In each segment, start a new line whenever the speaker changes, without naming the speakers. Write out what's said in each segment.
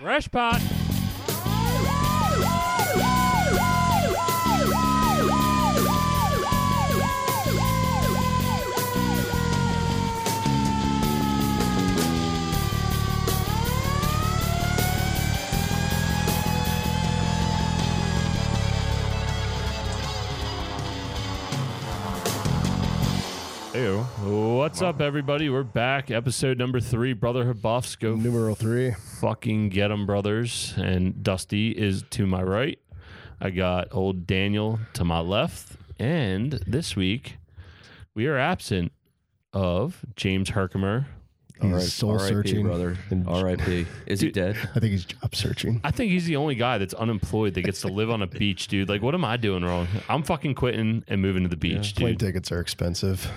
Fresh pot. Ew. What's up, everybody? We're back. Episode number three, Brotherhood Buffs. Go
Numero three.
fucking get 'em, brothers. And Dusty is to my right. I got old Daniel to my left. And this week, we are absent of James Herkimer.
He's
R.I.P.,
soul
R.I.P.,
searching.
brother.
And-
R.I.P. Is he dead?
I think he's job searching.
I think he's the only guy that's unemployed that gets to live on a beach, dude. Like, what am I doing wrong? I'm fucking quitting and moving to the beach,
Plane
dude.
tickets are expensive.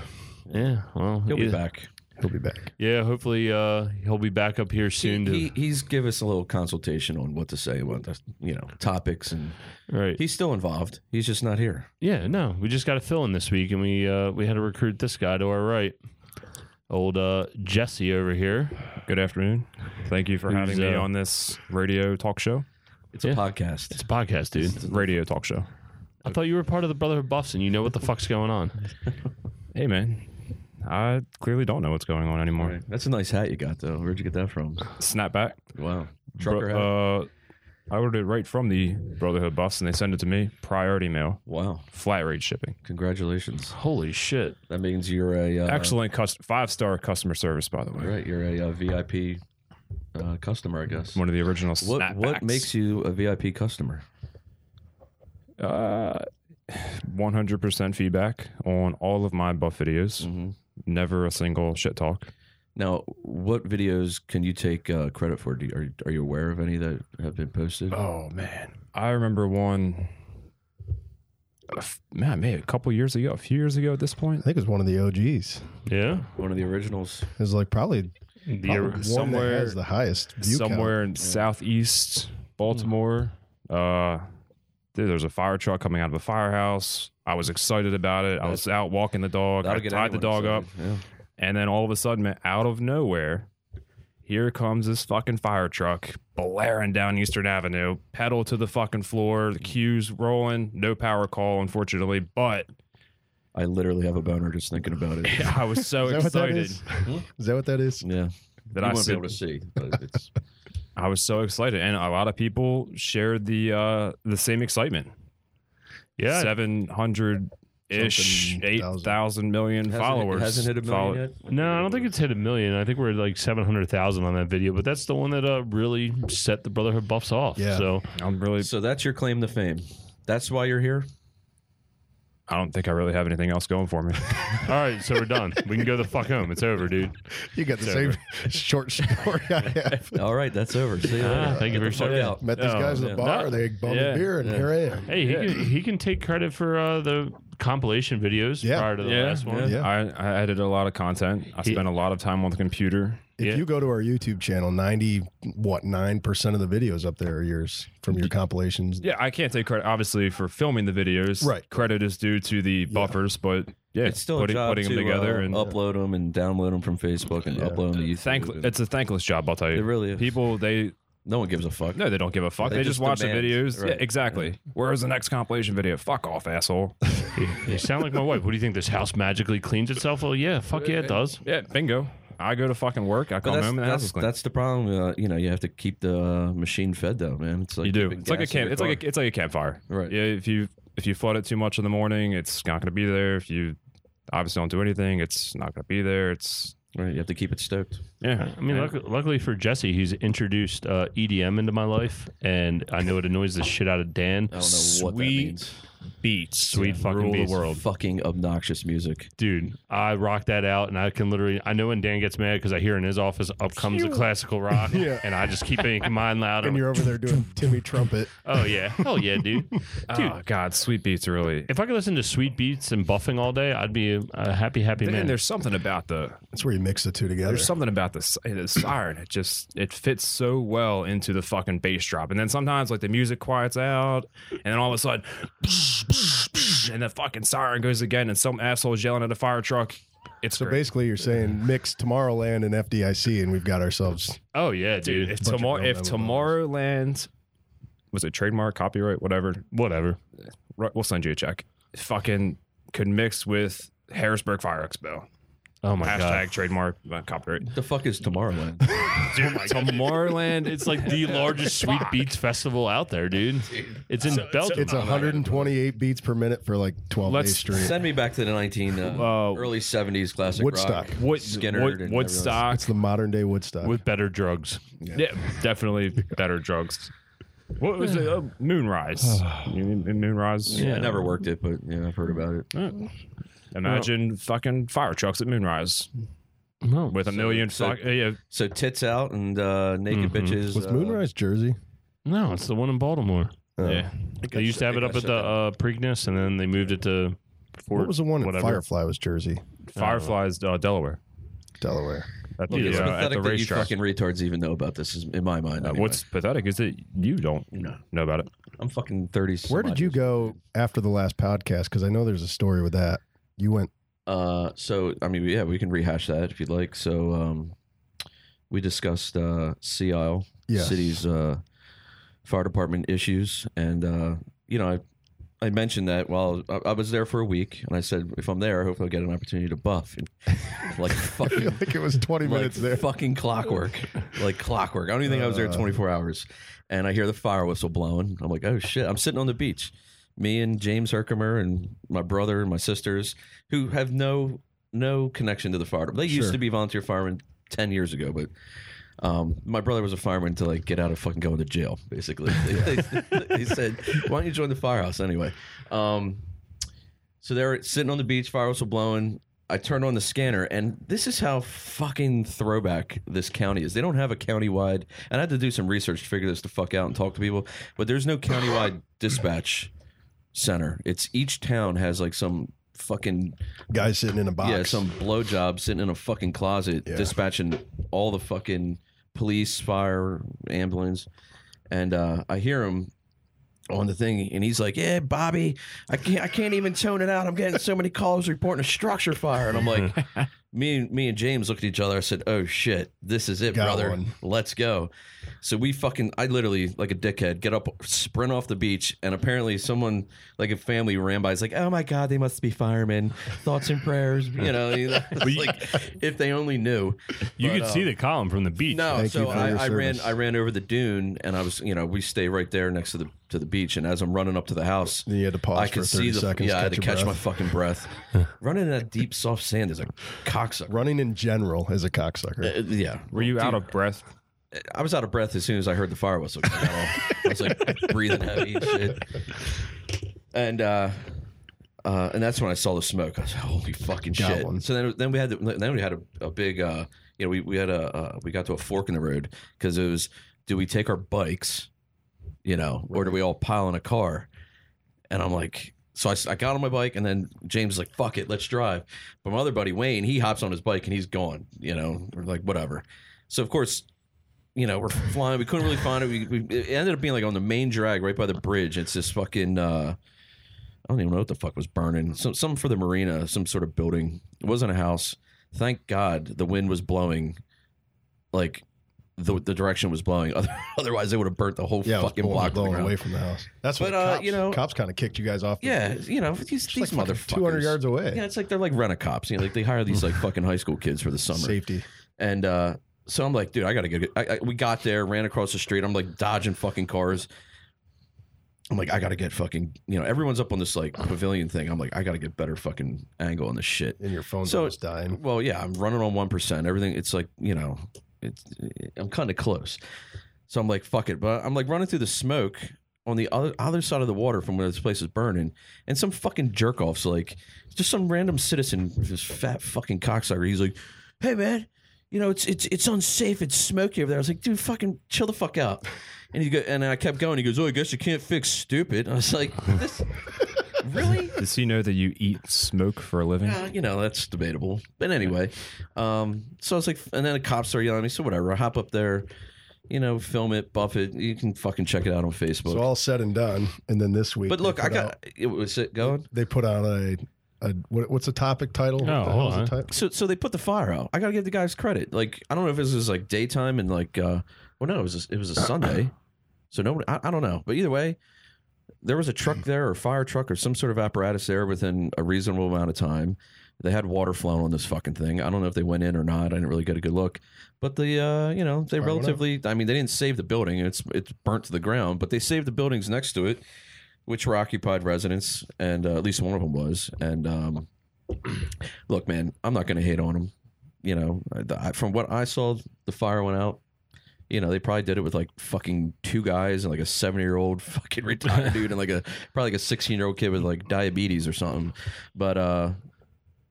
Yeah, well,
He'll be
yeah.
back.
He'll be back.
Yeah, hopefully uh, he'll be back up here soon. to,
He, he's give us a little consultation on what to say about the, you know topics, and
right.
he's still involved. He's just not here.
Yeah, no, we just got a fill in this week, and we uh, we had to recruit this guy to our right, old uh, Jesse over here.
Good afternoon. Thank you for
Who's,
having me
uh,
on this radio talk show.
It's
Yeah.
a podcast.
It's a podcast, dude.
Radio talk show.
I thought you were part of the Brotherhood Buffs, and you know what the fuck's going on.
Hey man, I clearly don't know what's going on
All
anymore.
right. That's a nice hat you got though. Where'd you get that from?
Snapback.
Wow,
Bro-
trucker hat.
uh, I ordered it right from the Brotherhood Buffs, and they sent it to me priority mail,
Wow,
flat rate shipping.
congratulations.
Holy shit!
That means you're a uh,
Excellent, cust- five star customer service, by the way.
All right, you're a, uh VIP uh, customer, I guess.
One of the original.
What what
snapbacks.
makes you a VIP customer?
Uh, 100% feedback on all of my buff videos.
Mhm.
Never a single shit talk.
Now, what videos can you take uh, credit for? Do you, are, are you aware of any that have been posted?
Oh man, I remember one. a f- Man, maybe a couple years ago, a few years ago at this
I
point.
think it was one of the OGs.
Yeah,
One of the originals.
It was like probably
The-
probably one that
somewhere-
has the highest view count.
somewhere in southeast Baltimore.
Hmm.
Uh, there, there was a fire truck coming out of a firehouse. I was excited about it. I was out walking the dog. I
That'll get
tied the
anyone
dog up,
excited, yeah.
and then all of a sudden, man, out of nowhere, here comes this fucking fire truck blaring down Eastern Avenue, pedal to the fucking floor, the
Hmm.
cues rolling, no power call, unfortunately, but.
I literally have a boner just thinking about it.
Yeah, I was so
Is that what that
excited
is? Is that what that is?
Yeah,
that
you
I
won't be
said,
able to see, but it's
I was so excited, and a lot of people shared the uh, the same excitement.
yeah.
seven hundred ish,
Something
eight
thousand.
thousand million
Hasn't-
followers.
It hasn't hit a million
Follow-
yet.
No, I don't think it's hit a million. I think we're at like seven hundred thousand on that video, but that's the one that uh, really set the Brotherhood Buffs off.
Yeah.
So
I'm really.
So that's your claim to fame. That's why you're here.
I don't think I really have anything else going for me.
all right, so we're done. We can go the fuck home. It's over, dude.
You got the
Sorry.
same short story I have.
All right, that's over. See you
Ah,
later.
thank you
Get
for
the fuck
sharing.
out.
Met these
Oh,
guys at the
yeah.
bar.
No.
They bought
Yeah.
a beer, and
Yeah.
here I am.
Hey, he can he can take credit for uh, the compilation videos
Yeah.
prior to the
Yeah,
last one.
yeah.
Yeah.
I, I edited a lot of content. I
He-
spent a lot of time on the computer.
If
Yeah.
you go to our YouTube channel, ninety what nine percent of the videos up there are yours from your compilations.
Yeah, I can't take credit obviously for filming the videos.
Right.
credit is due to the buffers, but yeah,
It's still
putting,
a job
putting
to,
them together
uh,
and
upload them and download them from Facebook and
Yeah.
upload them to YouTube.
thank.
and-
It's a thankless job, I'll tell you.
It really is.
People they
no one gives a fuck.
No, they don't give a fuck.
They
They,
just
just, watch
demand-
the videos. Yeah,
right.
exactly. Where's the next compilation video? Fuck off, asshole.
You sound like my wife. What do you think? This house magically cleans itself? Oh yeah, fuck yeah, it does.
yeah, bingo. I go to fucking work. I
But
come home and the house is
that's,
clean.
that's the problem. Uh, you know, you have to keep the uh, machine fed, though, man. It's like
you do.
keeping
It's like a
gas in
camp.
your
It's like a, it's like a campfire.
Right.
Yeah. If you if you flood it too much in the morning, it's not going to be there. If you obviously don't do anything, it's not going to be there. It's
car. Right, you have to keep it stoked.
yeah.
I mean, luck- luckily for Jesse, he's introduced uh, EDM into my life, and I know it annoys the shit out of Dan.
I don't know what that
Sweet
means.
beats.
Sweet fucking
Rule
beats.
the world.
Fucking obnoxious music.
dude. I rock that out, and I can literally. I know when Dan gets mad because I hear in his office up comes the classical rock,
Yeah.
and I just keep making mine louder.
And you're over there doing Timmy Trumpet.
oh yeah, hell yeah, dude. Dude,
Oh God, sweet beats are really.
if I could listen to sweet beats and buffing all day, I'd be a, a happy, happy
And
man.
there's something about the
That's where you mix the two together.
There's something about this the siren. It just it fits so well into the fucking bass drop. And then sometimes like the music quiets out, and then all of a sudden, and the fucking siren goes again, and some asshole's yelling at a fire truck. It's
So
great.
basically, you're saying mix Tomorrowland and FDIC, and we've got ourselves.
Oh yeah,
dude.
dude.
bunch
If,
of
tomorrow,
real
if
MMOs.
Tomorrowland was it trademark, copyright, whatever,
Whatever.
right, we'll send you a check. Fucking could mix with Harrisburg Fire Expo.
Oh my
Hashtag
god.
trademark uh, copyright.
The fuck is Tomorrowland?
Tomorrowland.
It's like the largest sweet beats festival out there, dude. It's in
So- so-
Belgium.
It's 128 beats per minute for like 12
Let's
days straight.
Send me back to the nineteen uh,
Uh,
early seventies classic
Woodstock.
rock.
Wood,
Skinner
Wood,
and
Woodstock.
It's the modern day Woodstock.
with better drugs.
Yeah, definitely better drugs. What was it? Uh, Moonrise. You mean- in Moonrise.
Yeah, I never worked it, but yeah, I've heard about it.
Imagine fucking fire trucks at Moonrise
No.
with a million.
so-
fuck, uh, yeah,
So tits out and uh,
Mm-hmm.
naked bitches.
Was
uh,
Moonrise Jersey?
No, it's the one in Baltimore.
Oh.
yeah.
They used to have it
I
up at
shut
the
down.
uh, Preakness, and then they moved it to Fort.
What was the one in
whatever.
Firefly was Jersey,
Fireflies, uh, Delaware.
Delaware.
At the,
Look, it's
uh, at
pathetic
the
that you
racetrack.
fucking retards even know about this. Is in my mind.
Uh,
anyway.
What's pathetic is that you don't
No.
know about it.
I'm fucking thirty.
Where did you go after the last podcast? Because I know there's a story with that. You went.
Uh, so I mean, yeah, we can rehash that if you'd like. So, um, we discussed uh, Sea Isle
Yes.
city's uh, fire department issues, and uh, you know, I, I mentioned that while I, I was there for a week, and I said, if I'm there, hopefully I'll get an opportunity to buff, and like
I feel
fucking.
like it was 20
Like
minutes there. Uh.
fucking clockwork, like clockwork. I don't even think I was there 24 hours, and I hear the fire whistle blowing. I'm like, oh shit! I'm sitting on the beach, me and James Herkimer and my brother and my sisters, who have no no connection to the fire. They used
Sure.
to be volunteer firemen 10 years ago, but um, my brother was a fireman to like get out of fucking going to jail. Basically, they, they- they said, "Why don't you join the firehouse anyway?" Um, so they're sitting on the beach, fire whistle blowing. I turned on the scanner, and this is how fucking throwback this county is. They don't have a countywide, and I had to do some research to figure this the fuck out and talk to people. But there's no countywide dispatch center. It's each town has like some fucking
Guy sitting in a box.
yeah, some blowjob sitting in a fucking closet,
Yeah.
dispatching all the fucking police, fire, ambulance, and uh, I hear him on the thing, and he's like, "Yeah, Bobby, I can't, I can't even tone it out. I'm getting so many calls reporting a structure fire," and I'm like. Me and me and James looked at each other. I said, "Oh shit, this is it,
Got
brother.
one.
Let's go." So we fucking, I literally like a dickhead, get up, sprint off the beach, and apparently someone like a family ran by. It's like, "Oh my god, they must be firemen. Thoughts and prayers." You know, you know, it's like if they only knew.
You
But,
could see
um,
the column from the beach.
No,
Thank you
so
for
I,
your
I ran.
service.
I ran over the dune, and I was, you know, we stay right there next to the to the beach. And as I'm running up to the house,
And you had to pause
I
for 30
could see the
seconds.
yeah. I had to
your
catch my
breath.
fucking breath. Running in that deep, soft sand is a cocksucker.
Running in general is a cocksucker.
Uh, yeah.
Were you out of breath?
I was out of breath as soon as I heard the fire whistle. I, I was like breathing heavy and shit. And uh, uh, and that's when I saw the smoke. I was like, "Holy fucking
Got
shit!"
one.
So then then we had the, then we had a, a big uh, you know we we had a uh, we got to a fork in the road because it was do we take our bikes, you know, or do we all pile in a car? And I'm like. So I, s- I got on my bike and then James is like, fuck it, let's drive. But my other buddy Wayne, he hops on his bike and he's gone, you know, we're like whatever. So of course you know, we're flying. We couldn't really find it. We, we it ended up being like on the main drag right by the bridge. It's this fucking uh, I don't even know what the fuck was burning. Some some for the marina, some sort of building. It wasn't a house. Thank God the wind was blowing, like the the direction was blowing. Other- Otherwise, they would have burnt the whole
Yeah, I was
fucking
blowing,
block. to the
blowing
ground.
away from the house. That's
But,
what
uh,
cops,
you know-
cops kind of kicked you guys off. the-
Yeah, you know these,
It's
these
like fucking
motherfuckers.
200 yards away.
Yeah, it's like they're like rent a cops. You know, like they hire these like fucking high school kids for the summer.
Safety.
And uh, so I'm like, dude, I gotta go. Get, I, I, we got there, ran across the street. I'm like dodging fucking cars. I'm like, I gotta get fucking. You know, everyone's up on this like pavilion thing. I'm like, I gotta get better fucking angle on this shit.
And your phone's
So-
almost dying.
Well, yeah, I'm running on one percent. Everything, it's like you know, it's I'm kind of close. So I'm like, fuck it. But I'm like running through the smoke on the other other side of the water from where this place is burning, and some fucking jerk offs like just some random citizen, this fat fucking cocksucker. He's like, hey man, you know it's it's it's unsafe. It's smoky over there. I was like, dude, fucking chill the fuck out. And he go, and I kept going. He goes, oh, I guess you can't fix stupid. I was like, this really.
Does he know that you eat smoke for a living?
Uh, you know, that's debatable. But anyway, um, so I was like, and then the cops started yelling at me. So whatever, I hop up there, you know, film it, buff it. You can fucking check it out on Facebook.
So all said and done, and then this week.
but
they
look, I
put
got
out-
it was it going.
they put out a a what, what's the topic title?
Oh,
What the
hold
hell's the
on.
ti-
So so they put the fire out. I gotta give the guys credit. Like I don't know if this was like daytime and like uh well no it was a, it was
Uh,
a Sunday, so nobody I, I don't know. But either way, there was a
Hmm.
truck there or fire truck or some sort of apparatus there within a reasonable amount of time. They had water flowing on this fucking thing. I don't know if they went in or not. I didn't really get a good look. But the uh you know they
Fire went out.
relatively I mean they didn't save the building. It's it's burnt to the ground, but they saved the buildings next to it which were occupied residents, and uh, at least one of them was. And um, look, man, I'm not going to hate on them. You know, I- the- I, from what I saw, the fire went out. You know, they probably did it with like fucking two guys and like a seven year old fucking retired dude and like a probably like a 16 year old kid with like diabetes or something. But, uh,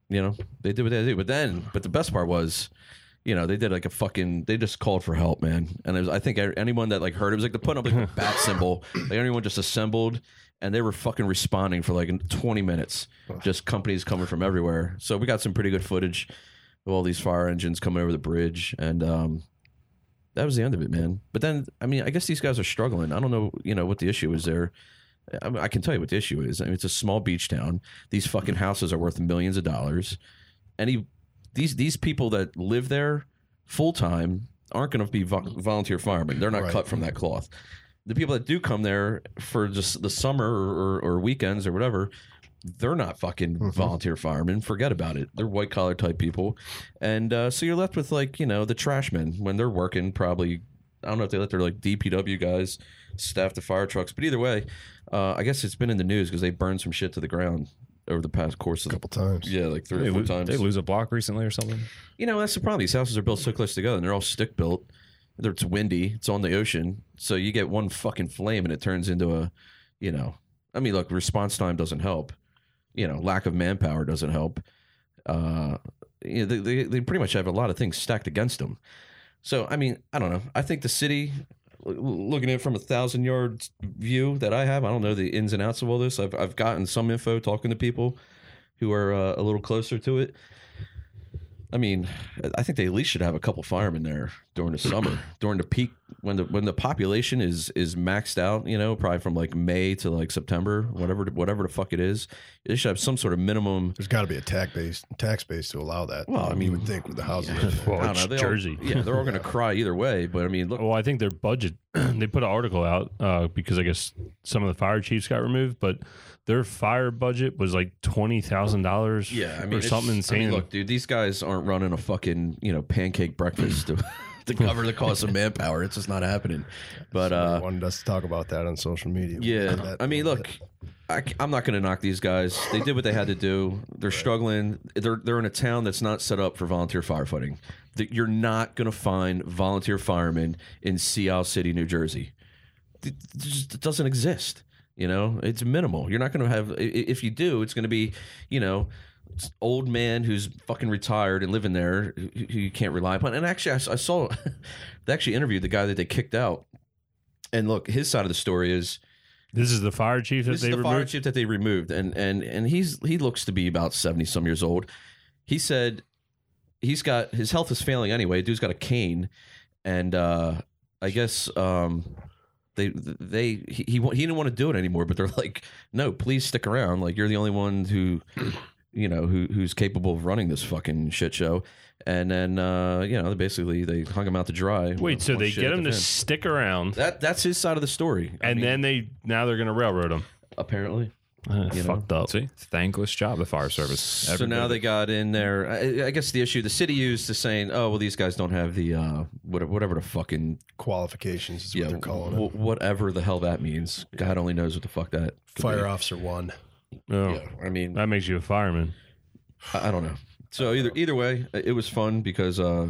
you know, they did what they did. But then, but the best part was, you know, they did like a fucking. They just called for help, man. And it was, I think e, anyone that like heard it was like they put up like a bat symbol. Like everyone just assembled, and they were fucking responding for like in 20 minutes. Just companies coming from everywhere. So we got some pretty good footage of all these fire engines coming over the bridge, and um, that was the end of it, man. But then, I mean, I guess these guys are struggling. I don't know, you know, what the issue is there. I, mean, I can tell you what the issue is. I mean, it's a small beach town. These fucking houses are worth millions of dollars. Any these these people that live there full time aren't going to be vo- volunteer firemen. They're not
Right.
cut from that cloth. The people that do come there for just the summer or, or weekends or whatever, they're not fucking
Mhm.
volunteer firemen. Forget about it. They're white collar type people, and uh, so you're left with like you know the trashmen when they're working. Probably I don't know if they let their like DPW guys staff the fire trucks, but either way, uh, I guess it's been in the news because they burned some shit to the ground over the past course
a
of the
couple times.
yeah like three
They,
or four
lo-
times.
they lose a block recently or something.
You know, that's the problem. These houses are built so close together and they're all stick built. They're- It's windy, it's on the ocean. So you get one fucking flame and it turns into a, you know, I mean, look, response time doesn't help. You know, lack of manpower doesn't help. Uh, you know, they, they, they pretty much have a lot of things stacked against them. So, I mean, I don't know. I think the city, l- looking at it from a thousand yard view that I have, I don't know the ins and outs of all this. I've, I've gotten some info talking to people who are uh, a little closer to it. I mean, I think they at least should have a couple firemen there during the summer, during the peak when the when the population is is maxed out. You know, probably from like May to like September, whatever whatever the fuck it is. They should have some sort of minimum.
There's got to be a tax base tax base to allow that.
Well, I
you
mean-
would think with the housing.
Well,
I don't
it's
know, they all-
Jersey.
yeah, they're all going to cry either way. But I mean, look,
Well, I think their budget. they put an article out uh, because I guess some of the fire chiefs got removed, but their fire budget was like twenty thousand dollars.
yeah, I mean,
or
it's-
something
I mean,
insane.
look, dude, these guys aren't running a fucking you know pancake breakfast to, to cover the cost of manpower. It's just not happening. But uh,
wanted us to talk about that on social media. We
Yeah,
did that
I mean,
a little
look,
bit.
I, am not going to knock these guys. They did what they had to do. They're struggling. They're they're in a town that's not set up for volunteer firefighting. That you're not going to find volunteer firemen in Seattle City, New Jersey. It it just doesn't exist. You know, it's minimal. You're not going to have. i- i- If you do, it's going to be, you know. Old man who's fucking retired and living there, who who you can't rely upon. And actually, I, s- I saw they actually interviewed the guy that they kicked out. And look, his side of the story is
this is the fire chief that
this
they
is the fire
removed.
chief that they removed, and and and he's he looks to be about seventy some years old. He said he's got his health is failing anyway. Dude's got a cane, and uh, I guess um, they they he he wa- he didn't want to do it anymore. But they're like, no, please stick around. Like you're the only one who you know who who's capable of running this fucking shit show. And then uh, you know basically they hung him out to dry.
Wait, so
Once
they
shit
get
hit
him
the
to
fan.
stick around,
that that's his side of the story, I
and
mean,
then they now they're gonna railroad him.
apparently.
Uh,
You know?
fucked up.
See, thankless job the fire service.
So now they got in there. I, I guess the issue the city used to saying, "Oh, well, these guys don't have the uh, what- whatever the fucking
qualifications is
yeah,
what they're calling
wh- whatever the hell that means." God only knows what the fuck that
it. Fire officer one.
Oh,
Yeah, I mean,
That makes you a fireman.
I, I don't know. So either either way, it was fun because uh,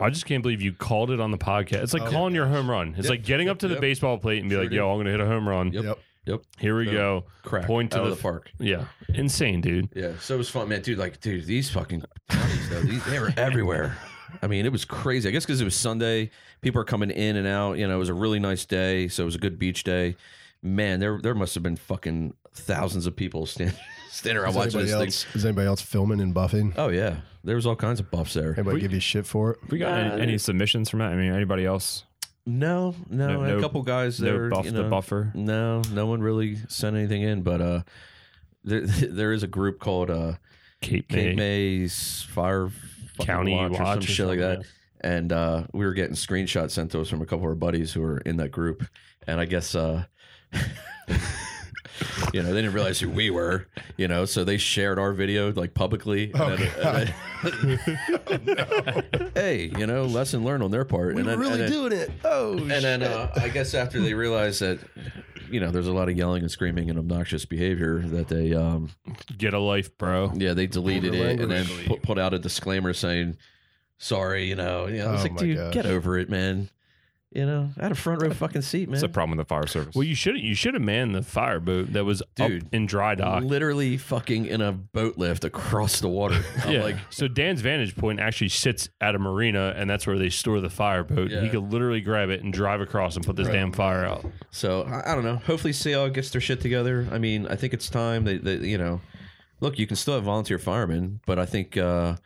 I just can't believe you called it on the podcast. It's like
Oh.
calling your home run. It's
Yep,
like getting up to the
yep.
baseball plate and be
Sure
like,
did.
"Yo, I'm gonna hit a home run.
Yep.
Yep.
Here we
Yep.
go."
crack
Point to
out
the-
of the park.
Yeah, insane, dude.
Yeah, so it was fun, man. Dude, like, dude, these fucking bodies, though, these, they were everywhere. I mean, it was crazy. I guess because it was Sunday, people are coming in and out. You know, it was a really nice day, so it was a good beach day. Man, there there must have been fucking thousands of people standing standing around
Is
watching
anybody,
this thing.
else, is anybody else filming and buffing?
Oh yeah, there was all kinds of buffs there.
Anybody give you shit for it?
We got
Uh,
any, any submissions from that? I mean, anybody else?
No, no,
No,
I had
no-
a couple guys there.
no buff
you know,
the buffer.
No, no one really sent anything in, but uh, there, there is a group called uh,
Cape May,
Cape May's Fire fucking
County
Watch or some
or
shit like that.
something,
and uh, we were getting screenshots sent to us from a couple of our buddies who were in that group, and I guess uh, you know they didn't realize who we were, you know, so they shared our video like publicly.
Oh,
and then- hey, you know, lesson learned on their part.
We
and
were
then,
really
and then,
doing it. Oh,
And then uh, I guess after they realized that, you know, there's a lot of yelling and screaming and obnoxious behavior that they um,
yeah. Get a life, bro.
yeah, they deleted it and then
language.
put, put out a disclaimer saying, "Sorry, you know." You know, it's
Oh
like,
my
dude,
gosh.
get over it, man. You know, I had a front row fucking seat, man.
It's a problem with the fire service.
Well, you should you should have manned the fire boat that was
Dude.
up in dry dock.
Literally fucking in a boat lift across the water. I'm
yeah.
like,
so Dan's vantage point actually sits at a marina, and that's where they store the fire boat.
Yeah.
He could literally grab it and drive across and put this damn fire out.
so I, I don't know. Hopefully, CL gets their shit together. I mean, I think it's time. They, they you know, look, you can still have volunteer firemen, but I think uh,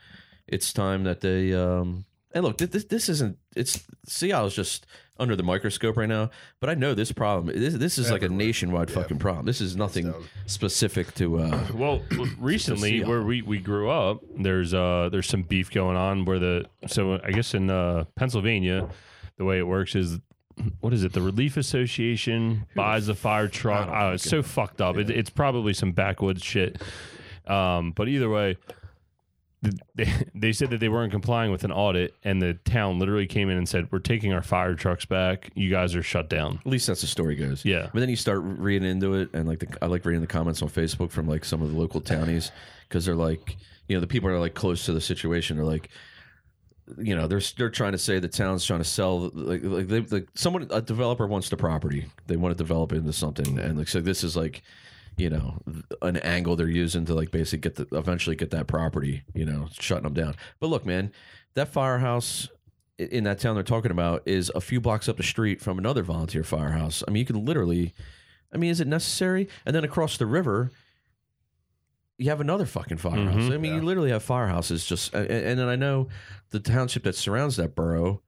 it's time that they. Um, and look, th- this, this isn't. It's CL is just under the microscope right now. But I know this problem. This, this is like a nationwide fucking problem. This is nothing specific to. Uh,
Well, recently
sea
where
hog.
we, we grew up, there's uh there's some beef going on where the so I guess in uh, Pennsylvania, the way it works is what is it? The Relief Association buys a fire truck. Oh, it's so fucked up. It, it's probably some backwoods shit. Um, but either way, th- they, they said that they weren't complying with an audit, and the town literally came in and said, "We're taking our fire trucks back. You guys are shut down."
at least that's the story goes.
Yeah.
But then you start reading into it, and like the, I like reading the comments on Facebook from like some of the local townies because they're like, you know, the people that are like close to the situation are like, you know, they're they're trying to say the town's trying to sell like like, they, like someone a developer wants the property, they want to develop it into something, and like so this is like. You know, an angle they're using to like basically get the eventually get that property. You know, shutting them down. But look, man, that firehouse i- in that town they're talking about is a few blocks up the street from another volunteer firehouse. I mean, you could literally, I mean, is it necessary? And then across the river, you have another fucking firehouse.
Mhm.
I mean, you literally have firehouses just, a- a- and, then I know the township that surrounds that borough.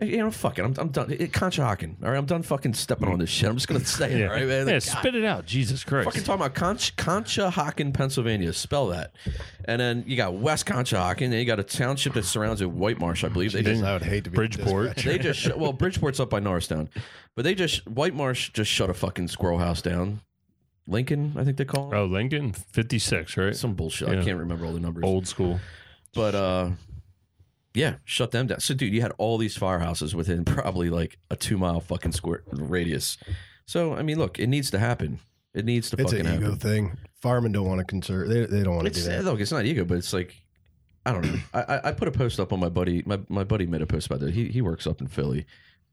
eh, You know, fuck it. I'm, I'm done. It, Conshohocken. All right, I'm done fucking stepping on this shit. I'm just gonna say it.
Yeah,
All right, man.
yeah
Like, God
spit it out, Jesus Christ!
Fucking talking about Conch- Conshohocken, Pennsylvania. Spell that. And then you got West Conshohocken, and you got a township that surrounds it, White Marsh, I believe. They just,
I would hate to be
Bridgeport.
dispatched.
they just shut, well, Bridgeport's up by Norristown, but they just White Marsh just shut a fucking squirrel house down. Lincoln, I think they call it.
Oh, Lincoln, fifty six, right?
Some bullshit.
Yeah.
I can't remember all the numbers.
Old school.
But uh, yeah, shut them down. So, dude, you had all these firehouses within probably like a two mile fucking square radius. So, I mean, look, it needs to happen. It needs to
It's
fucking
an ego
happen.
thing. Firemen don't want to conserve. They, they don't want to do
It's
that.
look, it's not ego, but it's like I don't know. I, I- I put a post up on my buddy. My my buddy made a post about that. He he works up in Philly.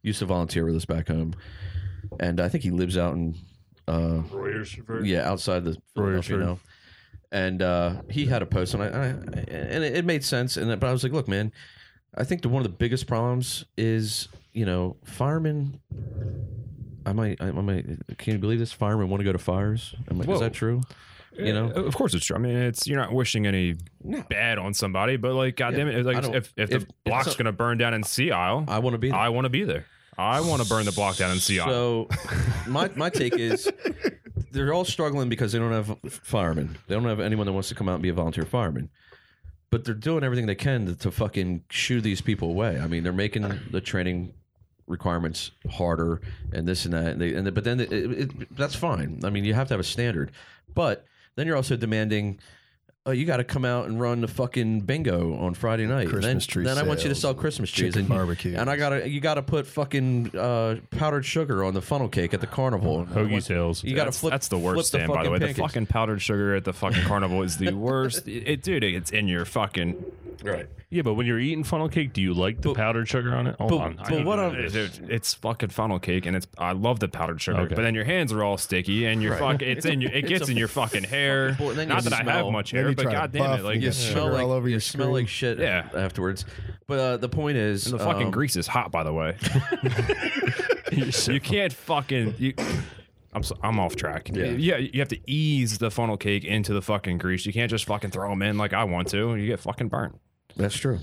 Used to volunteer with us back home, and I think he lives out in uh yeah outside the Philadelphia
Royersford.
now. And uh, he had a post, and I, I and it, it made sense. And but I was like, look, man, I think the, one of the biggest problems is you know firemen. I might, I, I might. Can you believe this? Firemen want to go to fires. Am I-
Whoa.
is that true? You know,
Uh, of course it's true. I mean, it's you're not wishing any
No.
bad on somebody, but like, goddamn it,
I
like
don't-
if if the
if- if
block's
so-
gonna burn down in Sea Isle,
I want to be. There.
I want to be there. I want to burn the block down in Sea Isle.
So, my my take is they're all struggling because they don't have firemen. They don't have anyone that wants to come out and be a volunteer fireman. But they're doing everything they can to, to fucking shoo these people away. I mean, they're making the training requirements harder and this and that. And they, and but then it, it, that's fine. I mean, you have to have a standard. But then you're also demanding. Oh, you got to come out and run the fucking bingo on Friday night. And then,
Christmas tree
Then I want you to
sales,
sell Christmas trees
chicken
and
barbecues.
And I gotta, you gotta put fucking uh, powdered sugar on the funnel cake at the carnival.
Hoagie sales.
You gotta
that's,
flip.
that's the
flip
worst stand, by the way. The
pancakes.
fucking powdered sugar at the fucking carnival is the worst. It, it- dude, it's in your fucking.
right.
Yeah, but when you're eating funnel cake, do you like the powdered sugar on it? Hold
but-
on. I
but
need
what
to know
I'm-
this.
Dude, it's fucking funnel cake, and it's. I love the powdered sugar,
Okay.
but then your hands are all sticky, and your fucking. It's in your. It
it's
gets
a
in your fucking hair.
fucking boil- then
Not
you
that I have
smell.
much
Then
hair,
you
but
try to
goddamn
puff
it,
and
like
you
You
yeah.
sugar
smell like
all over
you
your
smell
screen.
like shit.
Yeah.
Afterwards, but uh, the point is,
the fucking
um,
grease is hot, by the way. you can't fucking. You, I'm so, I'm off track. Yeah. you have to ease the funnel cake into the fucking grease. You can't just fucking throw them in like I want to. You get fucking burnt.
That's true.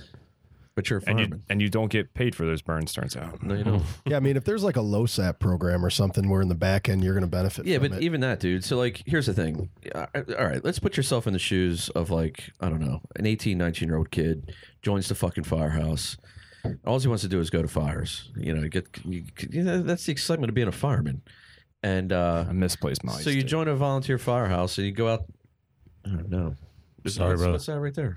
mature
and
fireman.
you and you don't get paid for those burns. Turns out,
no, you don't.
Yeah, I mean, if there's like a LOSAP program or something where in the back end you're going to benefit
Yeah,
from
but
it.
even that, dude. So, like, here's the thing. Uh, All right, let's put yourself in the shoes of, like, I don't know, an 18, 19 year old kid joins the fucking firehouse. All he wants to do is go to fires. You know, get you, you know, that's the excitement of being a fireman. And uh,
I misplaced my.
so you join a volunteer firehouse and you go out. I don't know.
Sorry,
What's-
brother.
What's that right there?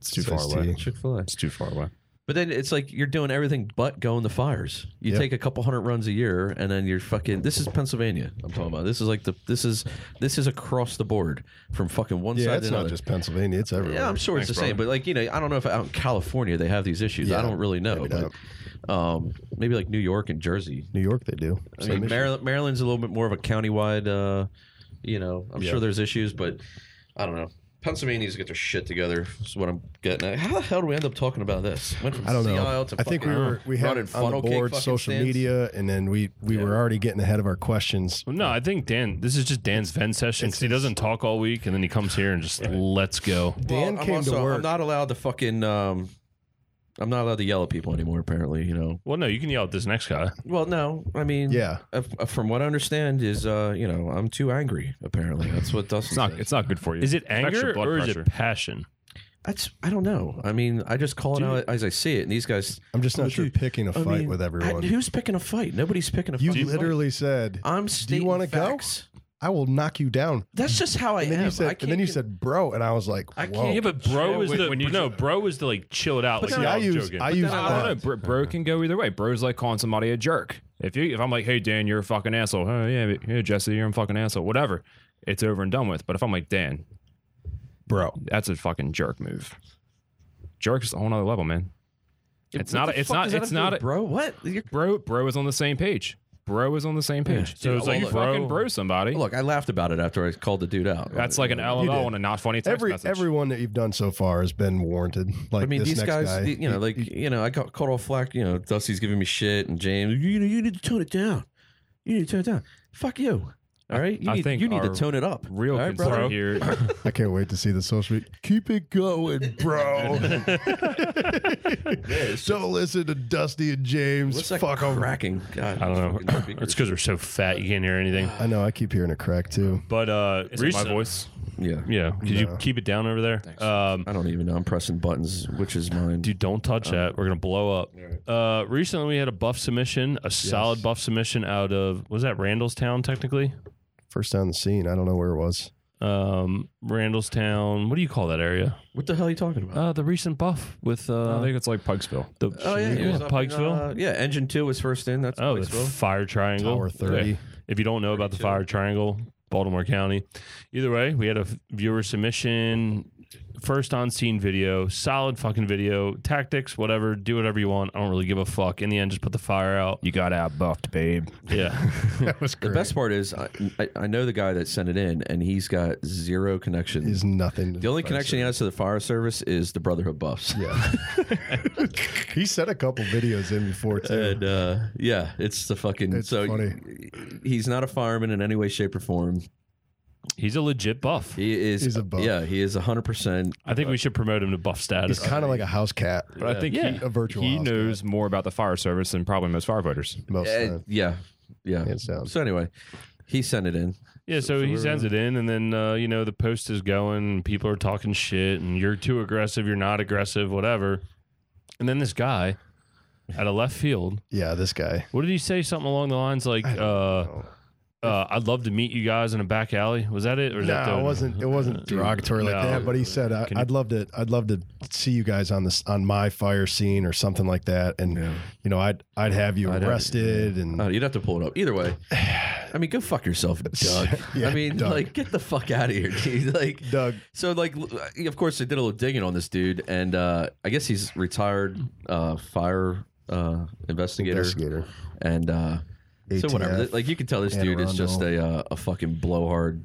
It's too
Says
far away.
T.
Chick fil A.
It's too far away.
But then it's like you're doing everything but going to fires. You
Yep.
take a couple hundred runs a year, and then you're fucking. This is Pennsylvania. I'm talking about. This is like the. This is this is across the board from fucking one
yeah,
side
it's
to
not
another.
just Pennsylvania; it's everywhere.
yeah, I'm sure it's
Thanks,
the same, but like you know, I don't know if out in California they have these issues. I
Yeah,
don't really know,
maybe
but um, maybe like New York and Jersey.
New York, they do.
I mean, Maryland, Maryland's a little bit more of a countywide. Uh, you know, I'm sure there's issues, but I don't know. Pennsylvania needs to get their shit together. Is what I'm getting at. How the hell do we end up talking about this? Went from
I don't know.
CIL to
I think we
fucking
were we
running
had it on the
funnel cake
board
fucking
social
stands.
media, and then we we were already getting ahead of our questions.
Well, no, I think Dan. This is just Dan's vent session 'cause he doesn't talk all week, and then he comes here and just lets go.
Dan
I'm
came
also-
to
I'm
work.
not allowed to fucking. Um, I'm not allowed to yell at people anymore. Apparently, you know.
Well, no, you can yell at this next guy.
Well, no. I mean,
yeah,
uh, f- From what I understand, is uh, you know, I'm too angry. Apparently, that's what Dustin
It's not.
said.
It's not good for you.
Is it
extra
anger
blood
or is
pressure.
it passion?
That's I don't know. I mean, I just call it out as I see it, and these guys.
I'm just not
But
sure
dude,
picking a
I
fight
mean,
with
I-
everyone.
who's picking a fight? Nobody's picking a
you
fucking fight.
literally said,
I'm
"Do
stating
you want to go?
facts.
I will knock you down."
That's just how I
And then
am.
you
I
said,
can't
and then you
get-
said, "Bro," and I was like,
I
"Whoa."
can't-
Yeah, but bro
Yeah,
is
when-
the
when you-
no bro is the like chilled out.
But
Like
see,
yeah,
I
I'm
use
joking.
I use
then
I don't know.
that.
Bro, bro can go either way. Bro's like calling somebody a jerk. If you, if I'm like, hey Dan, you're a fucking asshole. Oh yeah, yeah, Jesse, you're a fucking asshole. Whatever. It's over and done with. But if I'm like Dan,
bro.
that's a fucking jerk move. Jerk is a whole nother level, man. It's
What
not.
the
A, it's
fuck
not.
does that
It's
have to do with
not. A,
bro. What? You're-
bro, bro is on the same page. Bro is on the same page.
So it's
If
like
you
bro-
fucking bro somebody.
Look, I laughed about it after I called the dude out.
that's like an
You did.
LOL on a not funny text
Every
message.
everyone that you've done so far has been warranted. Like
I mean,
this
these
next
guys,
guy,
the- you know, like, you know, I got called off flack. You know, Dusty's giving me shit, and James, you know, you need to tone it down. You need to tone it down. Fuck you. All right, you
I
need,
think
you need to
our
tone it up.
Real
All right,
concern
brother?
here.
I can't wait to see the social. media. Keep it going, bro. Don't listen to Dusty and James.
What's that
Fuck 'em.
cracking? God,
I don't
fucking
know. It's
speakers.
because we're so fat you can't hear anything.
I know. I keep hearing a crack too.
But uh,
Is it my
recent-
voice.
Yeah,
Yeah, could you
No.
keep it down over there? Um,
I don't even know. I'm pressing buttons, which is mine.
Dude, don't touch that. We're gonna blow up. Uh, recently, we had a buff submission, a solid buff submission out of was that Randallstown technically?
First on the scene. I don't know where it was.
Um, Randallstown. What do you call that area?
what the hell are you talking about?
Uh, the recent buff with uh,
I think it's like Pugsville.
the
oh yeah, he was up in,
Pikesville.
uh, yeah, engine two was first in. That's
oh, the
Pikesville.
Fire Triangle.
Tower thirty.
If you don't know about the
32.
Fire Triangle, Baltimore County. Either way, we had a viewer submission, first on scene video, solid fucking video, tactics, whatever, do whatever you want. I don't really give a fuck. In the end, just put the fire out.
You got out buffed, babe.
Yeah.
That was
The
great.
best part is I, I, I know the guy that sent it in, and he's got zero connection.
is nothing. to
the only
fire
connection he has to the fire service is the Brotherhood Buffs. Yeah,
service. He sent a couple videos in before too.
and uh, yeah, it's the fucking.
It's
so
funny.
he's not a fireman in any way, shape, or form.
He's a legit buff.
He is.
He's a buff.
Yeah, he is hundred percent.
I think we should promote him to buff
He's
status.
kind of like a house cat.
But I think
Yeah.
he,
A virtual
he
house
knows more about the fire service than probably most firefighters.
Most of the time.
Yeah, yeah.
Hands down.
So anyway, he sent it in.
yeah, so, he sends it in, and then uh, you know the post is going. and People are talking shit, and you're too aggressive. You're not aggressive, whatever. And then this guy, out of left field,
Yeah, this guy.
what did he say? Something along the lines like,
I don't
uh,
know.
uh, "I'd love to meet you guys in a back alley." Was that it? Or is that
No,
the-
it wasn't. It wasn't derogatory like
no.
that. But he said, I,
Can you-
"I'd love to. I'd love to see you guys on this on my fire scene or something like that." And you know, I'd I'd have you
I'd have-
arrested and
Oh, you'd have to pull it up. Either way, I mean, go fuck yourself, Doug.
Yeah,
I mean,
Doug.
like, get the fuck out of here, dude. Like,
Doug.
so like, l- uh, of course, they did a little digging on this dude, and uh, I guess he's retired uh, fire uh, investigator,
Investigator.
and uh, so whatever.
ATF,
Like, you can tell this
Anne
dude is just
Arundel.
a uh, a fucking blowhard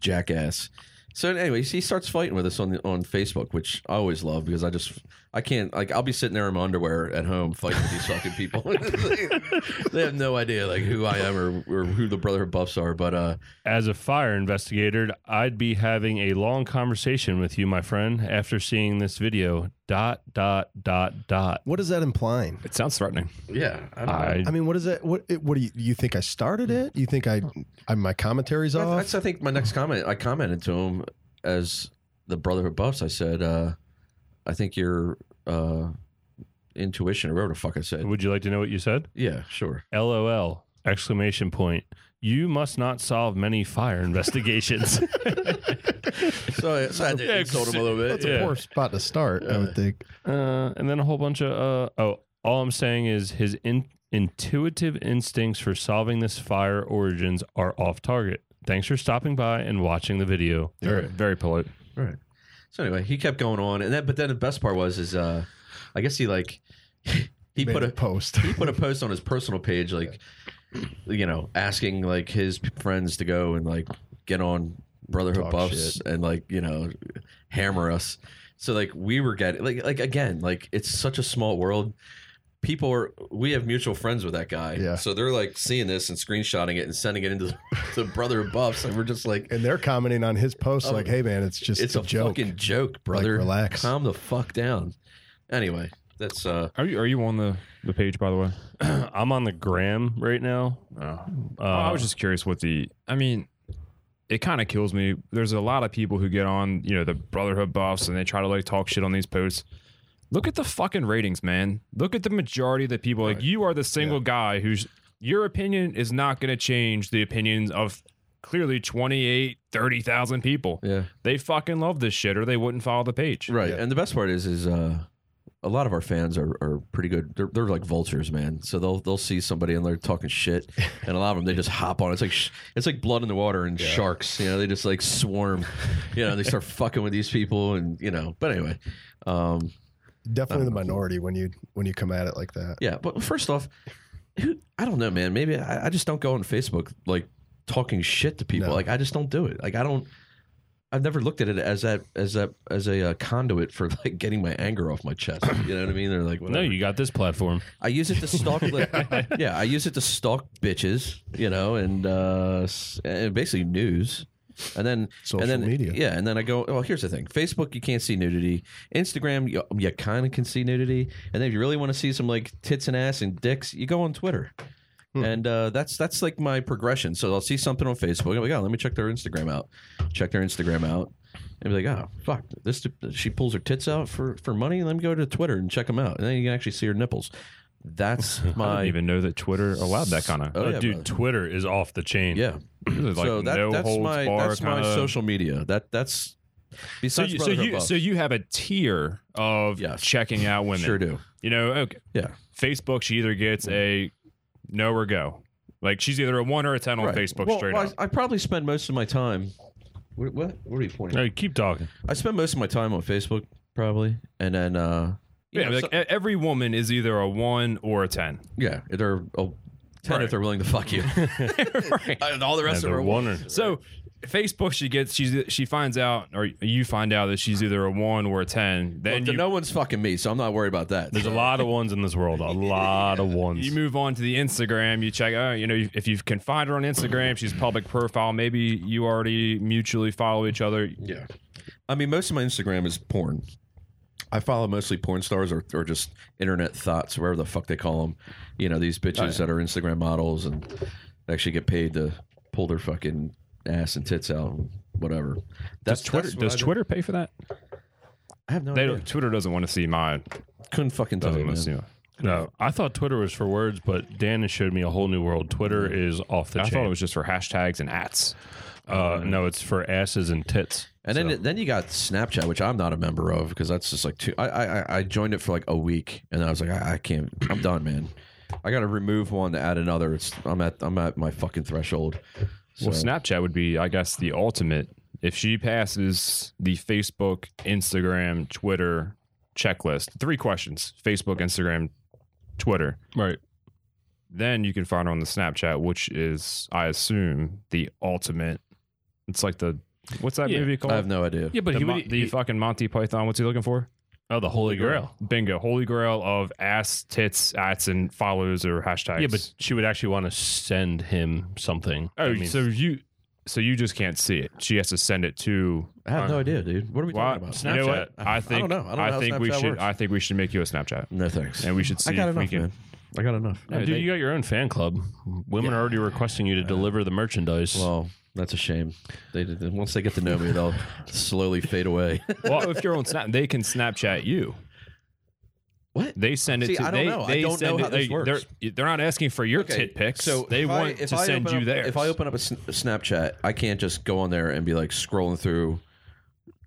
jackass. So, anyways, he starts fighting with us on the, on Facebook, which I always love because I just I can't like I'll be sitting there in my underwear at home fighting with these fucking people. they have no idea like who I am or, or who the Brotherhood buffs are. But uh,
As a fire investigator, I'd be having a long conversation with you, my friend, after seeing this video. dot dot dot dot.
What is that implying?
It sounds threatening.
Yeah. I don't know.
I,
I mean, what is that? What it- what do you, you think I started it? You think I, I my commentary's
Well,
off?
That's I think my next comment. I commented to him as the Brotherhood buffs. I said, uh, I think your uh, intuition or whatever the fuck I said.
would you like to know what you said?
Yeah, sure.
LOL! Exclamation point. You must not solve many fire investigations.
So, so I did
Yeah,
insult him a little bit.
that's a
yeah.
Poor spot to start, I would think.
uh, and then a whole bunch of uh, oh all i'm saying is his in, intuitive instincts for solving this fire origins are off target thanks for stopping by and watching the video
Very-
very polite
Right. So anyway, he kept going on, and then but then the best part was is uh, I guess he like he
Made
put a
post.
he put a post on his personal page like you know asking like his p- friends to go and like get on brotherhood
Talk
buffs and like you know hammer us so like we were getting like like again like it's such a small world people are we have mutual friends with that guy
Yeah.
so they're like seeing this and screenshotting it and sending it into the, to brotherhood buffs and we're just like
and they're commenting on his post
Oh,
like, "Hey man, it's just
it's
a,
a,
joke."
fucking joke brother
relax.
calm the fuck down anyway that's uh
Are you are you on the, the page by the way?
i'm on the gram right now
Uh, I was just curious what the I mean, it kind of kills me. There's a lot of people who get on, you know, the brotherhood buffs and they try to like talk shit on these posts. Look at the fucking ratings, man. Look at the majority of the people. Like you are the single guy who's your opinion is not going to change the opinions of clearly 28, 30,000 people.
yeah
They fucking love this shit or they wouldn't follow the page.
Right.
Yeah.
And the best part is is uh a lot of our fans are, are pretty good. They're, they're like vultures, man. So they'll they'll see somebody and they're talking shit, and a lot of them they just hop on. It's like sh- it's like blood in the water and sharks. You know, they just like swarm. You know, they start fucking with these people, and you know. But anyway, um,
Definitely the minority when you when you come at it like that.
yeah. But first off, who, I don't know, man. Maybe I, I just don't go on Facebook like talking shit to people.
No.
Like I just don't do it. Like I don't. I've never looked at it as that as that as a uh, conduit for like getting my anger off my chest. You know what I mean? They're like,
no
whatever.
you got this platform
I use it to stalk. li- yeah, I use it to stalk bitches, you know, and uh, s- and basically news. And then
Social
and then,
media.
yeah. And then I go. Well, here's the thing: Facebook, you can't see nudity. Instagram, you, you kind of can see nudity. And then if you really want to see some like tits and ass and dicks, you go on Twitter.
Hmm.
And uh, that's that's like my progression. So I'll see something on Facebook. I'm like, oh, let me check their Instagram out. Check their Instagram out, and be like, oh fuck, this she pulls her tits out for for money. Let me go to Twitter and check them out, and then you can actually see her nipples. That's
I
my
didn't even know that Twitter allowed that kind of.
Oh, yeah,
dude
brother.
twitter is off the chain
yeah. so that, that's my that's my social media. That that's
So
besides
you, so you so you have a tier of
Yes.
checking out women.
sure do
You know, okay.
yeah
Facebook, she either gets a no or go. Like she's either a one or a ten on
right.
Facebook
Well,
straight
well,
up.
I, I probably spend most of my time. What what, what are you pointing?
All
at?
right, keep talking
I spend most of my time on Facebook probably, and then uh you
yeah,
know,
like
so-
e- every woman is either a one or a ten.
yeah they're a ten if
Right.
they're willing to fuck you, and all the rest of
Another
them are
one or-
So Facebook, she gets she's she finds out or you find out that she's either a one or a ten.
Look,
Then
then
you,
no one's fucking me, so I'm not worried about that.
there's a lot of ones in this world a lot of ones
you move on to the Instagram. You check. Oh, you know, if you've confined her on Instagram, she's public profile. Maybe you already mutually follow each other.
Yeah. I mean, most of my Instagram is porn. I follow mostly porn stars or, or just internet thoughts, whatever the fuck they call them. You know, these bitches that are Instagram models and actually get paid to pull their fucking ass and tits out and whatever. That's
Does Twitter
that's what
does
I do.
Twitter pay for that?
I have no
They
idea.
don't, Twitter doesn't want to see mine.
Couldn't fucking tell you. Man.
Doesn't want to see mine.
no i thought twitter was for words but dan has showed me a whole new world twitter is off the
I
chain
thought it was just for hashtags and ats.
uh, no it's for asses and tits
And then then you got Snapchat, which I'm not a member of because that's just like two. I, I I- I joined it for like a week, and then I was like, I, I can't. I'm done, man. I got to remove one to add another. It's I'm at I'm at my fucking threshold. So,
Well, Snapchat would be, I guess, the ultimate. If she passes the Facebook, Instagram, Twitter checklist, three questions Facebook, Instagram, Twitter,
right
then you can find her on the Snapchat, which is, I assume, the ultimate. It's like the, what's that
Yeah,
movie called?
I have no idea.
yeah but
the,
he
Mon-
would
the fucking Monty Python, what's he looking for?
oh the holy grail
Bingo. Holy grail of ass, tits, ats, and follows or hashtags.
Yeah, but she would actually want to send him something.
Oh,
I mean,
so you so you just can't see it. She has to send it to.
I have no idea, dude. What are we
Why-
talking about?
You know what?
Snapchat.
I think.
know. I don't know how
think we
Snapchat
should.
works.
I think we should make you a Snapchat,
No thanks.
and we should see
I got
if we
enough,
can.
man. I got enough.
Yeah, dude, you got your own fan club. Women are already requesting you to deliver the merchandise.
Well, that's a shame. They, they once they get to know me, they'll slowly fade away.
Well, if you're on Snap, they can Snapchat you.
what?
They send it
See,
to.
I don't
they,
know. I
They
don't
send
know
it,
how this
they,
works.
They're, they're not asking for your tit pics. they
if I-
want
if
to
I
send
open
you
up-
theirs.
If I open up a sn- Snapchat, I can't just go on there and be like scrolling through,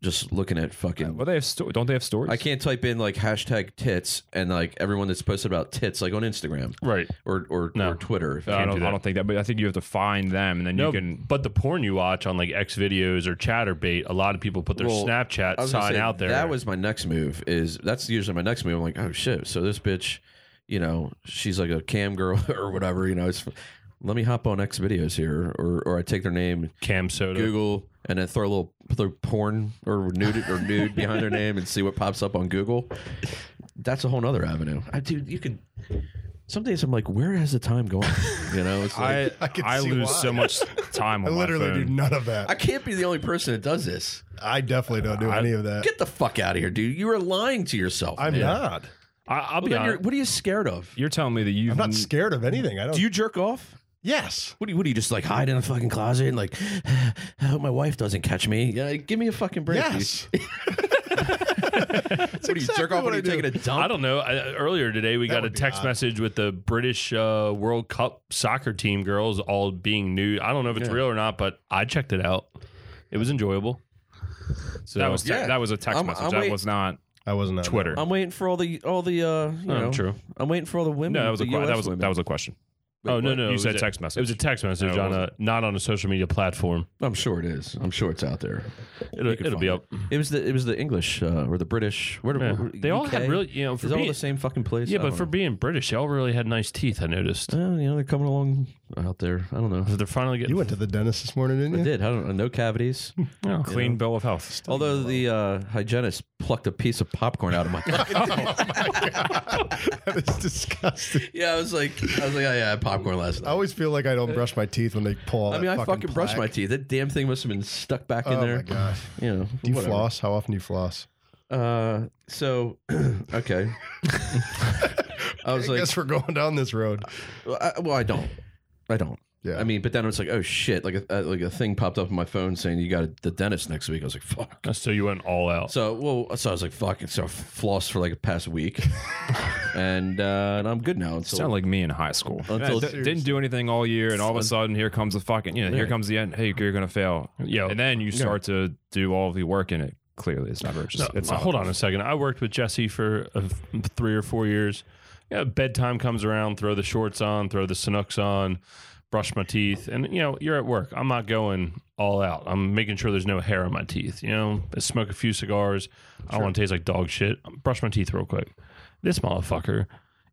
just looking at fucking.
well, they have. Sto- don't they have stories?
I can't type in like hashtag tits and like everyone that's posted about tits like on Instagram
right.
or or,
No.
or Twitter.
I don't,
do that.
I don't think that, but I think you have to find them, and then
No,
you can.
but the porn you watch on like X videos or Chatterbait, a lot of people put their
Well, I
Snapchat
was gonna
sign
say,
out there.
That was my next move. Is that's usually my next move. I'm like, oh shit. So this bitch, you know, she's like a cam girl or whatever. You know, it's, let me hop on X videos here, or or I take their name,
Cam Soda.
Google, and then throw a little throw porn or nude or nude behind their name and see what pops up on Google. That's a whole nother avenue. I dude, you could. Some days I'm like, where has the time gone? You know, it's like,
I
I can
I
see
lose
why.
so much time.
I
On
literally
my
do
phone.
none of that.
I can't be the only person that does this.
I definitely don't do any of that.
Get the fuck out of here, dude. You are lying to yourself.
I'm
man.
not.
I, I'll
Well,
be
then you're-
honest.
what are you scared of?
You're telling me that you've
Mm.
I'm not scared of anything. I don't.
Do you jerk off?
yes.
What do you, what do you just like hide in a fucking closet and like, I hope my wife doesn't catch me? Yeah, like, give me a fucking break. dude.
Yes.
What do you jerk
exactly
off when
what
you're
I do.
taking a
I
dump?
don't know. I, earlier today, we got a
would be
text
odd.
message with the British uh, World Cup soccer team girls all being nude. I don't know if it's
Yeah.
real or not, but I checked it out. It was enjoyable. So
That was te-
Yeah.
that was a text
I'm-
message.
I'm
that
wait-
was not
I wasn't on that
Twitter.
one.
I'm waiting for all the all the uh, you
Oh,
know.
true.
I'm waiting for all the women.
No, that was a
the
que-
US
that was
women.
that was a question.
oh no,
what?
no,
you
it
said
was a-
text message.
It was a text message
No, it
on a not on a social media platform.
I'm sure it is. I'm sure it's out there.
It'll,
You can
it'll
find
be
it.
up.
It was the it was the English uh, or the British. Where,
Yeah.
where-
They all had
UK?
really, you know, for
Is that all
being-
the same fucking place?
yeah,
I
but
don't
for
know.
being British, they all really had nice teeth. I noticed.
Well, you know they're coming along out there. I don't know.
They're finally getting
You went to the dentist this morning, didn't
I
you?
did. I don't know. No cavities.
Yeah.
Clean bill of health.
Although the uh, hygienist plucked a piece of popcorn out of my
That is disgusting.
Yeah, I was like, I was like, oh, yeah, I had popcorn last
I
night.
always feel like I don't brush my teeth when they pull. All
I
that
mean, I
fucking,
fucking brushed my
plaque.
teeth. That damn thing must have been stuck back in
Oh
there.
my gosh!
You know,
Do you
whatever.
floss? How often do you floss?
Uh, so okay. I was
I
like,
guess we're going down this road.
well I, well, I don't, I don't.
Yeah.
I mean, but then I was like, oh shit! Like a uh, like a thing popped up on my phone saying you got a, the dentist next week. I was like, fuck.
So you went all out.
So well, so I was like, fuck. it. So I flossed for like a past week, and uh, and I'm good now. And so
Sound like me in high school.
Until-
Yeah, d- didn't do anything all year, and all of a sudden, here comes the fucking. You know, here comes the end. Hey, you're gonna fail.
Yeah.
and then you start to do all the work in it. Clearly, it's never. It's, just, it's not
uh, hold on a second. I worked with Jesse for uh, three or four years. Yeah, bedtime comes around, throw the shorts on, throw the Sanooks on, brush my teeth, and you know you're at work. I'm not going all out. I'm making sure there's no hair on my teeth. You know, I smoke a few cigars. I don't want to taste like dog shit. Brush my teeth real quick. This motherfucker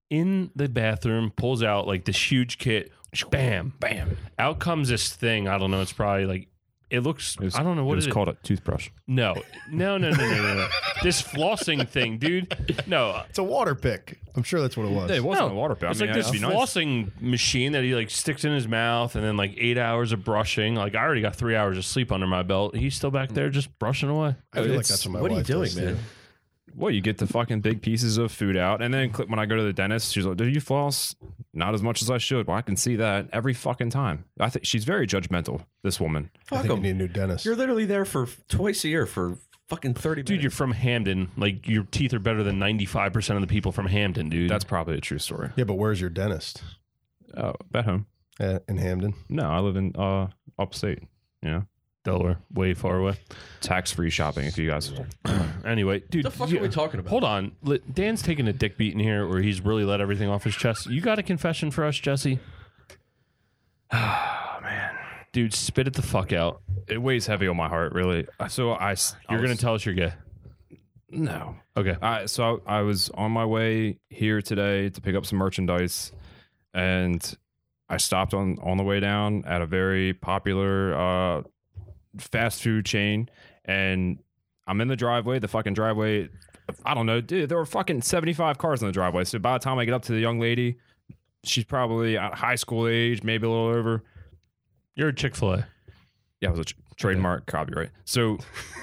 in the bathroom pulls out like this huge kit. Bam, bam. Out comes this thing. I don't know. It's probably like it looks.
was-
I don't know what
it was
it is.
called a toothbrush.
No, no, no, no, no, no, no. this flossing thing, dude. No,
It's a water pick. I'm sure that's what it was.
It wasn't
no.
a water pill.
It's
I mean,
like this
it'd be nice.
flossing machine that he like sticks in his mouth, and then like eight hours of brushing. Like I already got three hours of sleep under my belt. He's still back there just brushing away.
I feel like
It's-
that's what my
what are you
wife
doing,
does,
man?
too.
Well, you get the fucking big pieces of food out, and then cl- when I go to the dentist, she's like, "Do you floss?" Not as much as I should. Well, I can see that every fucking time. I think she's very judgmental. This woman.
I
Fuck
think you
'em.
need a new dentist.
You're literally there for twice a year for fucking thirty.
Dude,
minutes.
you're from Hamden. Like your teeth are better than ninety five percent of the people from Hamden, dude.
That's probably a true story.
yeah, but where's your dentist?
Oh, at home.
Uh, in Hamden.
No, I live in uh upstate. You know,
Delaware, way far away.
tax free shopping. If you guys,
Anyway, dude,
the fuck
you-
are we talking about?
Hold on, Li- Dan's taking a dick beating here, where he's really let everything off his chest. You got a confession for us, Jesse?
oh man,
Dude, spit it the fuck out.
it weighs heavy on my heart. Really. So I, s- I
You're gonna
was-
tell us you're gay.
no.
Okay.
I so I, I was on my way here today to pick up some merchandise, and I stopped on on the way down at a very popular uh, fast food chain, and I'm in the driveway. The fucking driveway, I don't know, dude. There were fucking 75 cars in the driveway. So by the time I get up to the young lady, she's probably at high school age, maybe a little over.
You're a Chick fil A.
Yeah, it was a tr- trademark copyright. So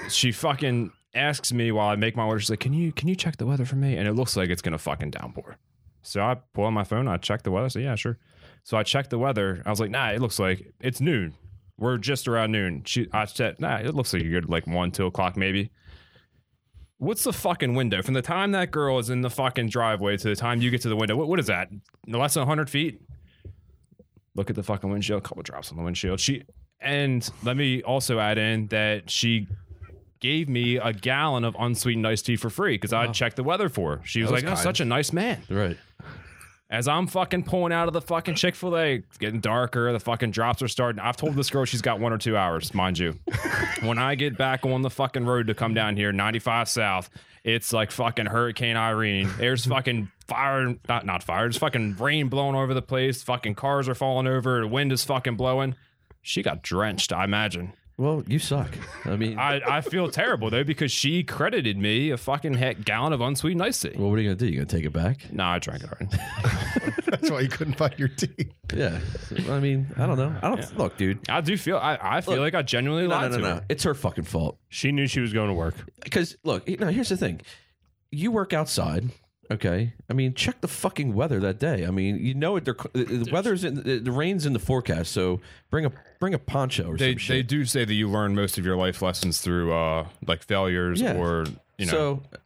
she fucking asks me while I make my order. She's like, "Can you can you check the weather for me?" And it looks like it's gonna fucking downpour. So I pull out my phone. I check the weather. So yeah, sure. So I checked the weather. I was like, "Nah, it looks like it's noon. We're just around noon." She, I said, "Nah, it looks like you're good, like one, two o'clock maybe." What's the fucking window from the time that girl is in the fucking driveway to the time you get to the window? What, what is that? Less than 100 feet? look at the fucking windshield, couple drops on the windshield. She and let me also add in that she gave me a gallon of unsweetened iced tea for free because I checked the weather for her. She was,
That was
like, "Oh,
kind.
such a nice man."
Right.
As I'm fucking pulling out of the fucking Chick Fil A, it's getting darker. The fucking drops are starting. I've told this girl she's got one or two hours, mind you. when I get back on the fucking road to come down here, 95 South, it's like fucking Hurricane Irene. There's fucking fire, not not fire. There's fucking rain blowing over the place. Fucking cars are falling over. The wind is fucking blowing. She got drenched, I imagine.
Well, you suck. I mean,
I, I feel terrible though because she credited me a fucking heck gallon of unsweetened iced tea.
well, what are you gonna do? You gonna take it back?
Nah, I drank it already.
That's why you couldn't find your teeth.
Yeah. I mean, I don't know. I don't look, dude.
I do feel I, I feel
Look,
like I genuinely
No, no,
lied
no,
to her.
no. It's her fucking fault.
She knew she was going to work.
Because look, you know, here's the thing: you work outside. Okay, I mean, check the fucking weather that day. I mean, you know it. They're, the the weather's in the, the rain's in the forecast, so bring a bring a poncho or
they
some shit.
they do say that you learn most of your life lessons through uh like failures
Yeah.
or you know. So,
so,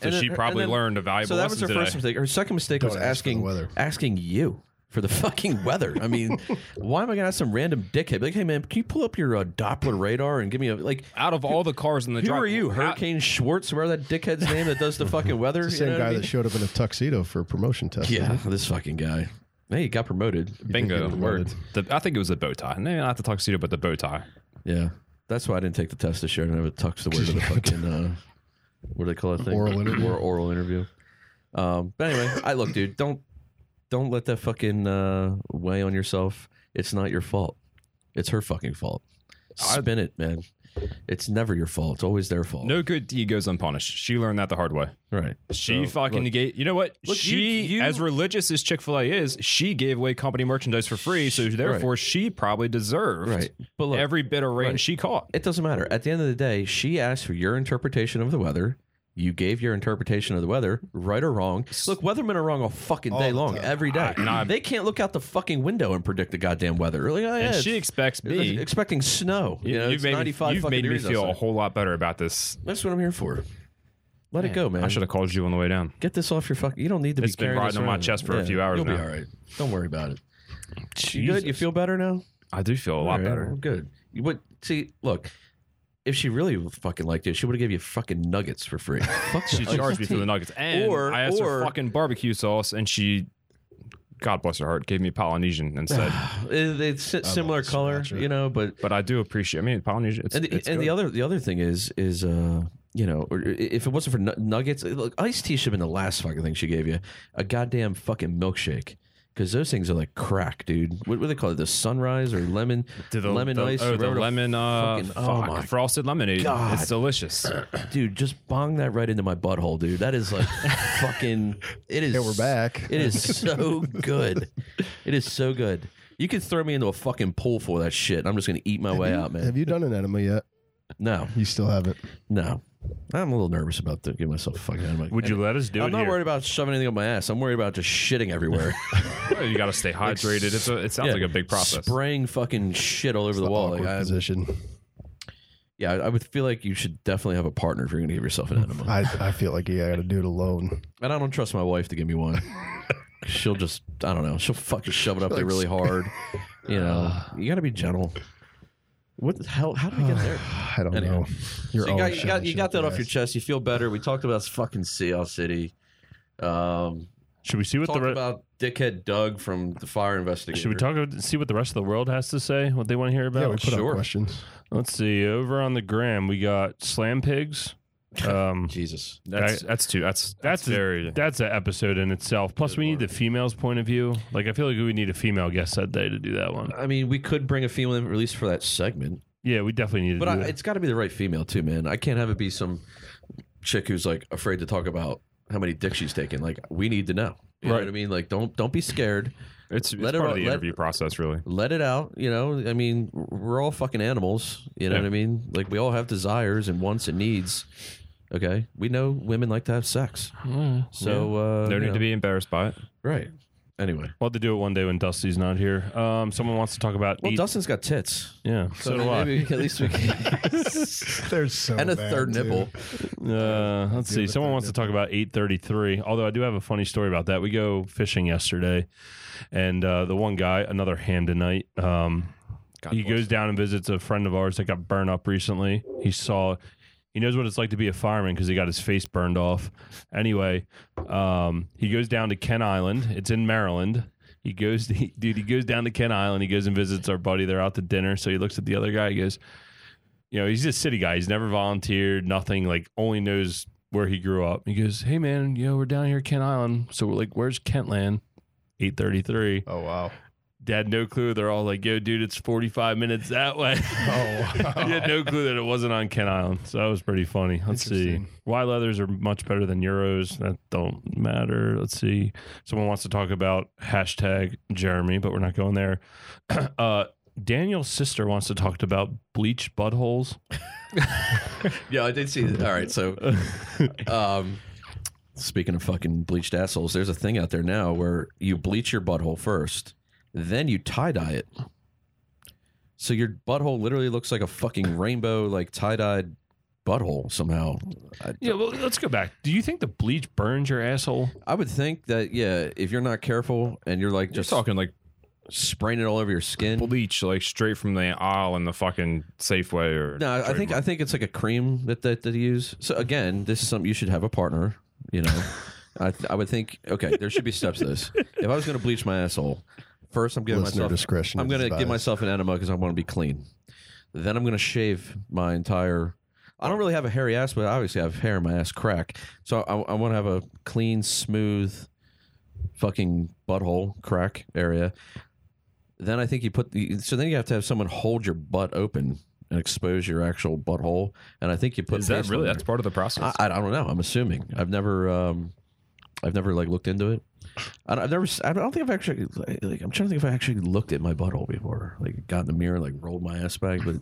and then-
she
and
probably
then-
learned a valuable
So that was
lesson
her
today.
first mistake. Her second mistake
Don't
was
ask for the
asking
weather.
asking you for the fucking weather. I mean, why am I gonna ask some random dickhead? Like, hey man, can you pull up your uh, Doppler radar and give me a like?
Out of all the cars in the
Who
drive-
are you,
I-
Hurricane Schwartz? Where that dickhead's name that does the fucking weather? You know
Same
what I
guy
mean?
that showed up in a tuxedo for a promotion test.
Yeah, this fucking guy. Hey, he got promoted.
Bingo.
get
Word.
promoted.
The, I think it was the bow tie. Maybe not the tuxedo, but the bow tie.
Yeah, that's why I didn't take the test this year. I didn't have a tux to wear to the fucking uh, what do they call that thing?
Oral interview.
Or oral interview. Um, but anyway, I look, dude. Don't don't let that fucking uh, weigh on yourself. It's not your fault. It's her fucking fault. Spin it, man. It's never your fault. It's always their fault.
No good deed goes unpunished. She learned that the hard way.
Right.
She fucking negate. You know what?
Look,
she,
you- you-
as religious as Chick Fil A is, she gave away company merchandise for free. So therefore, she probably deserved
Right. But look,
every bit of rain
Right.
she caught.
it doesn't matter. At the end of the day, she asked for your interpretation of the weather. You gave your interpretation of the weather, right or wrong. Look, weathermen are wrong all fucking
All
day
the
long,
time.
every day. they can't look out the fucking window and predict the goddamn weather. Like, oh, yeah,
And
it's-
she expects
they're
me.
expecting snow. You, know,
you've
it's
made me-
95
you've
fucking
made me
degrees
feel a
outside.
whole lot better about this.
That's what I'm here for. Let it go, man.
I should have called you on the way down.
Get this off your fucking. You don't need to
It's
be
been
carrying
riding
this
on my
around.
chest for a few hours
You'll be
now.
all right. Don't worry about it. You good? You feel better now?
I do feel a lot
All right,
better.
well, Good. You would see. Look, if she really fucking liked you, she would have gave you fucking nuggets for free. Fuck
She charged me for the nuggets, and
Or-
I asked
or-
for fucking barbecue sauce, and she, God bless her heart, gave me Polynesian instead.
It- It's s- similar
love
color,
sriracha.
you know. But
but I do appreciate. I mean, Polynesian. It's,
and, the,
it's
and the
good.
other the other thing is is uh you know or i- if it wasn't for nu- nuggets, look, iced tea should have been the last fucking thing she gave you, a goddamn fucking milkshake. Because those things are like crack, dude. What, what do they call it? The sunrise or lemon,
To the-
lemon
the-
ice,
oh, the
whatever
lemon, uh,
fucking- oh
fuck,
my
frosted lemonade.
God.
It's delicious.
f- dude. Just bong that right into my butthole, dude. That is like fucking. It is.
Hey, we're back.
It is so good. It is so good. You could throw me into a fucking pool for that shit. and I'm just gonna eat my way out, man.
Have you done an enema yet?
No,
You still haven't.
no. I'm a little nervous about that. Give myself a fucking. I'm like,
Would you let us do
I'm
it
not
here?
worried about shoving anything up my ass. I'm worried about just shitting everywhere.
you got to stay hydrated. It's a, it sounds like a big process.
Spraying fucking shit all over the, wall. Like,
Awkward
I,
position.
yeah, I would feel like you should definitely have a partner if you're gonna give yourself an enema.
I, I feel like yeah, I got to do it alone.
And I don't trust my wife to give me one. she'll just, I don't know, she'll fucking shove it up there really hard. You know,
Uh.
you got to be gentle. What the hell? How did I get there?
I don't
Anyhow.
know. You're
So you
always
got, you got,
shoving
you
shit
got
up
that off
ass.
your chest. You feel better. We talked about Seattle City. Um,
Should we see what the
talked
re-
about dickhead Doug from the fire investigator.
should we talk about, see what the rest of the world has to say? What they want to hear
Yeah,
about?
we put up
Sure.
questions.
Let's see. Over on the gram, we got slam pigs. Um,
Jesus.
That's that's too. That's that's,
That's a-
very.
that's an episode in itself. Plus, we need the female's point of view. Like, I feel like we need a female guest that day to do that one.
I mean, we could bring a female in, at least for that segment,
Yeah, we definitely need to.
but
do
I,
that.
it's got to be the right female too, man. I can't have it be some chick who's like afraid to talk about how many dicks she's taken. Like, we need to know. You know
Right.
what I mean? Like, don't don't be scared.
It's, it's
Let
part
it
of
all-
the
let-
interview process, really.
let it out. You know, I mean, we're all fucking animals. You know
Yeah.
what I mean? Like we all have desires and wants and needs. Okay, we know women like to have sex, so uh,
No
you
need
know.
to be embarrassed by it.
right. Anyway,
We'll have to do it one day when Dusty's not here. Um, someone wants to talk about
well,
eat-
Dustin's got tits,
Yeah, so, do I.
maybe at least we can.
They're so
and a
bad,
third
dude.
nipple.
Uh, let's
do
see.
have a
Someone
third
wants to talk about 833. Although I do have a funny story about that. We go fishing yesterday, and uh, the one guy, another Hamdenite, um, he goes down and visits a friend of ours that got burned up recently. He saw, he knows what it's like to be a fireman because he got his face burned off. Anyway, um, he goes down to Ken Island. It's in Maryland. He goes, dude. He goes down to Ken Island. He goes and visits our buddy. They're out to dinner. So he looks at the other guy. He goes, you know, he's just a city guy. He's never volunteered, nothing, like only knows where he grew up. He goes, Hey man, you know, we're down here at Kent Island. So we're like, where's Kentland? 833.
Oh wow.
Dad, no clue. They're all like, yo, dude, it's 45 minutes that way.
Oh wow.
he had no clue that it wasn't on Kent Island. So that was pretty funny. Let's see.
Interesting.
Why leathers are much better than Euros. That don't matter. Let's see. Someone wants to talk about hashtag Jeremy, but we're not going there. uh, Daniel's sister wants to talk about bleached buttholes.
Yeah, I did see. All right, so um, speaking of fucking bleached assholes, there's a thing out there now where you bleach your butthole first, then you tie dye it. So your butthole literally looks like a fucking rainbow, like tie dyed butthole somehow. I,
Yeah, well, let's go back. Do you think the bleach burns your asshole?
I would think that yeah, if you're not careful and you're like
Just
just
talking like
spraying it all over your skin.
bleach, like straight from the aisle in the fucking Safeway or.
No, I I think I think it's like a cream that that, that they use. So again, this is something you should have a partner. You know, I th- I would think okay, there should be steps to this. If I was going to bleach my asshole, first I'm giving
Listener
myself
discretion.
I'm
is
going to give
advised.
myself an enema because I want to be clean. Then I'm going to shave my entire. I don't really have a hairy ass, but obviously I have hair in my ass crack. So I, I want to have a clean, smooth, fucking butthole crack area. Then I think you put the. So then you have to have someone hold your butt open and expose your actual butthole. And I think you put
Is that
paste on
really?
there.
That's part of the process.
I, I don't know. I'm assuming. I've never, um, I've never like looked into it. I don't, I've never. s- I don't think I've actually. Like, like, I'm trying to think if I actually looked at my butthole before. Like, got in the mirror, like rolled my ass back, but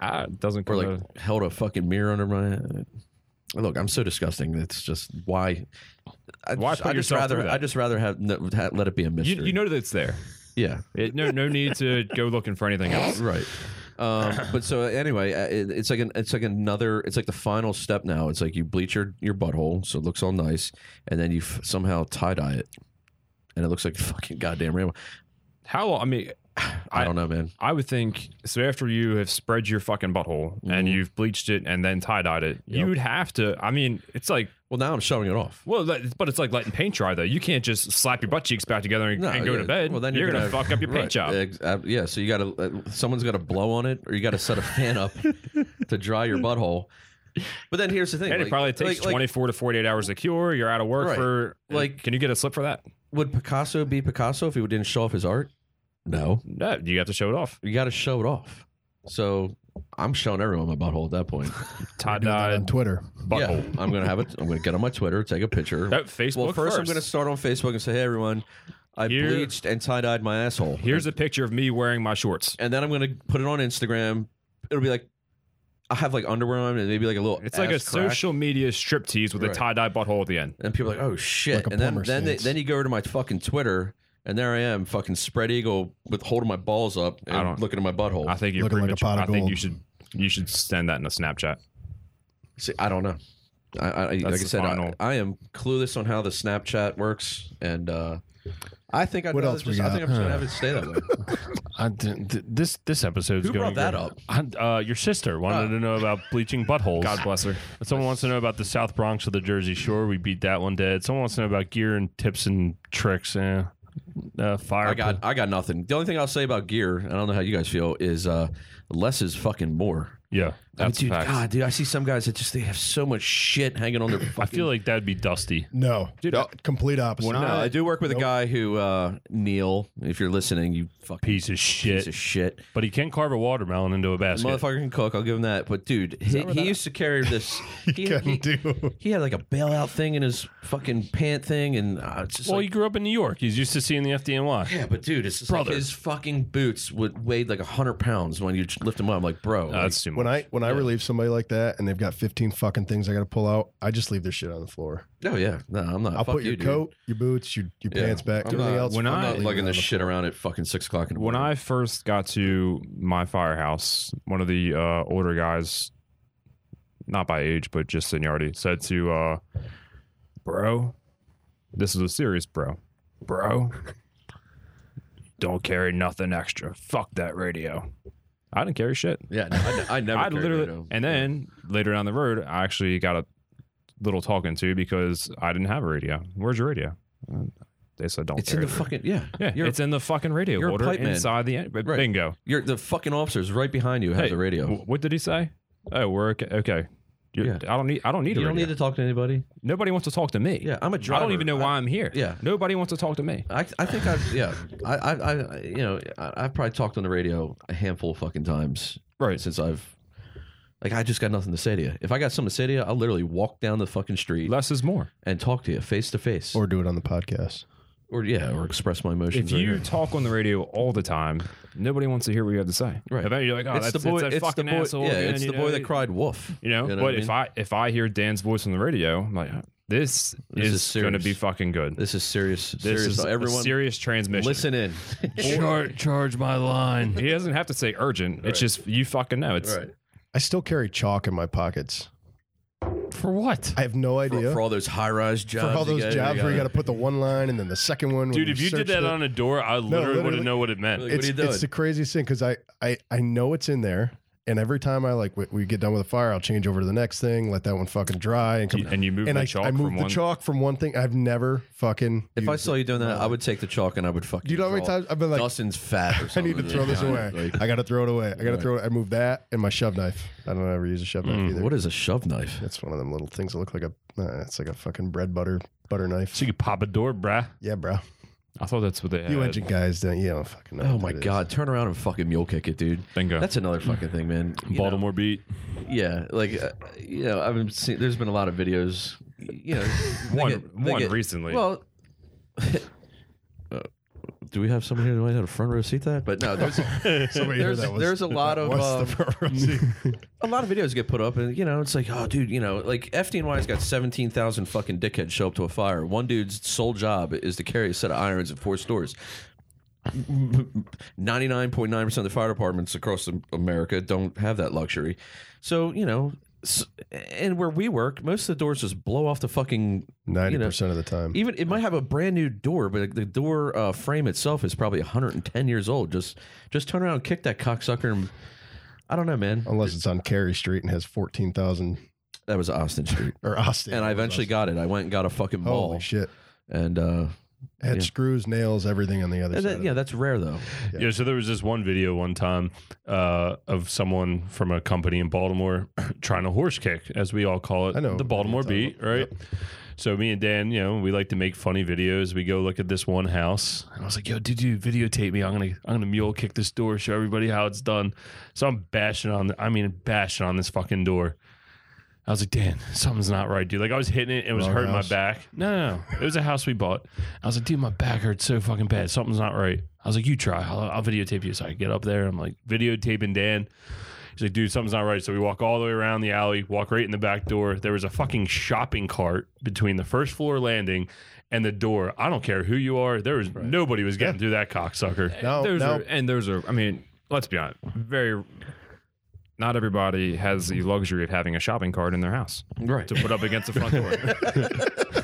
Ah, it doesn't
or
come
like
to-
held a fucking mirror under my. uh, Look, I'm so disgusting. It's just why. I
Why
just,
put
I just
yourself
rather.
through that?
I just rather have, no, ha let it be a mystery.
You, you know that it's there.
yeah,
It, no, no need to go looking for anything else.
right. Um, but so anyway, uh, it, it's like an it's like another it's like the final step now. It's like you bleach your your butthole so it looks all nice, and then you f- somehow tie dye it, and it looks like fucking goddamn rainbow.
How long? I mean,
I, don't know, man.
I would think so. After you have spread your fucking butthole and
Mhm.
you've bleached it and then tie dyed it, you would have to. I mean, it's like
Well, now I'm shoving it off.
well, that- but it's like letting paint dry though. You can't just slap your butt cheeks back together and,
No,
and go
yeah.
to bed.
Well, then
you're,
you're
gonna,
gonna-
fuck up your paint
Right.
job.
Ex- uh, yeah, so you got to uh, someone's got to blow on it, or you got to set a fan up to dry your butthole. But then here's the thing:
and it
like-
probably takes
like- like-
24 to 48 hours to cure. You're out of work
Right.
for
Like-
Can you get a slip for that?
Would Picasso be Picasso if he didn't show off his art? No.
No, you have to show it off.
you got to show it off. So I'm showing everyone my butthole at that point.
Tie
Doing that on
dyed
Twitter.
butthole.
Yeah, I'm gonna have it. I'm gonna get on my Twitter, take a picture.
That Facebook
well, 1st
first.
I'm gonna start on Facebook and say, "Hey, everyone, I
Here-
bleached and tie dyed my asshole."
Here's a picture of me wearing my shorts.
and then I'm gonna put it on Instagram. It'll be like I have like underwear on and maybe like a little.
It's like a
ass crack.
social media striptease with a
Right.
tie dye butthole at the end.
And people are like, "Oh shit!"
Like a
and then
plumber
then, they,
stance.
then you go over to my fucking Twitter, and there I am, fucking spread eagle with holding my balls up
I don't-
and looking at my butthole.
I think you're
Looking like a
premature.
pot of
I think
gold.
you should you should send that in a Snapchat.
See, I don't know. I, I like I
That's the
said, I,
final.
I am clueless on how the Snapchat works, and uh, I think I'd
What
rather
else we
just, I
got?
think I'm just gonna have it stay that way.
I didn't- th- this this episode's
Who
going
brought that
great. Uh, your sister wanted
Oh.
to know about uh, bleaching buttholes.
God bless her.
Someone wants to know about the South Bronx of the Jersey Shore. We beat that one dead. Someone wants to know about gear and tips and tricks. Eh. Uh, fire.
I got I got nothing. The only thing I'll say about gear, I don't know how you guys feel, is uh, less is fucking more.
Yeah.
That's
dude,
facts.
God, dude, I see some guys that just they have so much shit hanging on their. Fucking,
I feel like that'd be dusty.
No,
Dude,
uh, complete opposite.
no, I, do work with a
Nope.
guy who uh, Neil. If you're listening, you fucking
Piece of shit.
piece of shit.
But he can carve a watermelon into a basket.
Motherfucker can cook. I'll give him that. But dude, he, he used to carry this. he,
can
he,
do.
he had like a bailout thing in his fucking pant thing, and uh, it's just
well, he
like,
grew up in New York. He's used to seeing the FDNY.
yeah. But dude, it's just like
Brother.
his fucking boots would weighed like hundred pounds when you lift them up. I'm like, bro,
No,
like,
that's too much.
When I when I relieve somebody like that and they've got 15 fucking things I got to pull out, I just leave their shit on the floor.
no, yeah, no, I'm not.
I'll
Fuck
put your
you, dude.
coat, your boots, your, your
Yeah.
pants back,
I'm
everything
not-
else.
when
I'm
I-
not
I'm not
leaving
lugging
it
this
on the-
shit around at fucking six o'clock in the
when
morning.
I first got to my firehouse, one of the uh, older guys, not by age but just seniority, said to, uh, "Bro, this is a serious bro, bro. Don't carry nothing extra. Fuck that radio. I didn't carry shit.
yeah, no, I, I never.
I
carried
literally,
radio.
and then later down the road, I actually got a little talking to because I didn't have a radio. Where's your radio? Uh, They said, "Don't
it's in
carry
the
the
fucking yeah.
yeah,
you're,
it's in the fucking radio
you're a
holder
pipe man.
inside the but
Right.
bingo.
you're the fucking officers right behind you has
Hey,
a radio.
w- What did he say? Oh, we're okay. okay. You-
Yeah.
I don't need. I don't need
you
a
don't
radio.
need to talk to anybody.
Nobody wants to talk to me.
Yeah, I'm a driver.
I don't even know why I, am here.
yeah.
Nobody wants to talk to me.
I, I think I've yeah I, I I you know I, I've probably talked on the radio a handful of fucking times
Right.
since I've like I just got nothing to say to you. If I got something to say to you, I'll literally walk down the fucking street
Less is more.
and talk to you face to face,
Or do it on the podcast.
or yeah, or express my emotions.
If
right
you
here.
talk on the radio all the time, nobody wants to hear what you have to say.
Right.
If you're like, oh,
it's
that's
the boy,
that
it's the
fucking
boy,
asshole.
yeah,
again,
it's
you
the
know?
boy that cried wolf.
You know.
You know
but
what I
if I if I hear Dan's voice on the radio, I'm like, this,
This is
is, going to
serious.
be fucking good.
This is serious.
This
serious.
is
Everyone,
a serious transmission.
listen in.
Charge, charge my line.
He doesn't have to say urgent. It's just you fucking know. It's
Right.
I still carry chalk in my pockets.
For what?
I have no
For,
idea.
for all those high rise jobs,
For all
you
those
got-
jobs where you
got-
got to put the one line and then the second one. when
Dude, if you did
searched
that
it.
on a door, I literally
literally.
wouldn't know what it meant.
Like, what
it's,
are you doing?
it's the craziest thing because I, I I know it's in there, and every time I like we, we get done with a fire, I'll change over to the next thing, let that one fucking dry, and come.
and you move
and
the
I,
chalk
I
from
moved the
one.
chalk from one thing. I've never fucking.
if I
used
saw
it.
you doing that, I would take the chalk and I would fucking.
Do you know how many
draw
times I've been like,
Dustin's fat. Or
I
something
need to throw this away.
Oh, Like,
I got to throw it away. I got to throw it. I moved that and my shove knife. I don't ever use a shove knife either.
what is a shove knife?
It's one of them little things that look like a. Uh, it's like a fucking bread butter butter knife.
So you could pop a door, bruh.
Yeah, bro.
I thought that's what they had.
You engine guys don't. You don't fucking know.
Oh
what
my
that is.
god! Turn around and fucking mule kick it, dude.
Bingo.
That's another fucking thing, man. You know,
Baltimore beat.
yeah. Like, uh, you know, I've been seeing. There's been a lot of videos. You know, they
one
get- they
one
get-
recently.
Well, uh, do we have someone here that might have a front row seat to that? But no, there's
Somebody heard
there's,
that was-
there's a lot of
What's
um,
the front row seat?
a lot of videos get put up, and you know, it's like, oh, dude, you know, like FDNY's got seventeen thousand fucking dickheads show up to a fire. One dude's sole job is to carry a set of irons at four stores. Ninety nine point nine percent of the fire departments across America don't have that luxury. So you know, s- and where we work, most of the doors just blow off the fucking
Ninety percent of the time.
even it might have a brand new door, but like, the door uh, frame itself is probably 110 years old. Just just turn around, and kick that cocksucker, and I don't know, man.
unless it's on Carey Street and has fourteen thousand
That was Austin Street,
or Austin.
and I eventually got it. I went and got a fucking
holy
ball,
shit.
and uh,
Had
Yeah.
screws, nails, everything on the other
and
side.
that-
of
yeah,
it.
that's rare though.
Yeah. so there was this one video one time uh, of someone from a company in Baltimore trying to horse kick, as we all call it,
I know
the Baltimore
what you're
beat,
talking
right? So me and Dan, you know, we like to make funny videos. We go look at this one house, and I was like, "Yo, dude, you videotape me? I'm gonna, I'm gonna mule kick this door, show everybody how it's done." So I'm bashing on, the, I mean, bashing on this fucking door. I was like, Dan, something's not right, dude. Like I was hitting it, it was
Wrong
hurting
house.
my back. No, no, no, it was a house we bought. I was like, dude, my back hurts so fucking bad. Something's not right. I was like, you try. I'll, I'll videotape you. So I get up there. I'm like videotaping Dan. He's like, dude, something's not right. So we walk all the way around the alley, walk right in the back door. There was a fucking shopping cart between the first floor landing and the door. I don't care who you are. There was nobody was getting through that cocksucker.
oh,
No,
those
no.
are, and those are. I mean, let's be honest. Very. Not everybody has the luxury of having a shopping cart in their house
Right.
to put up against the front door.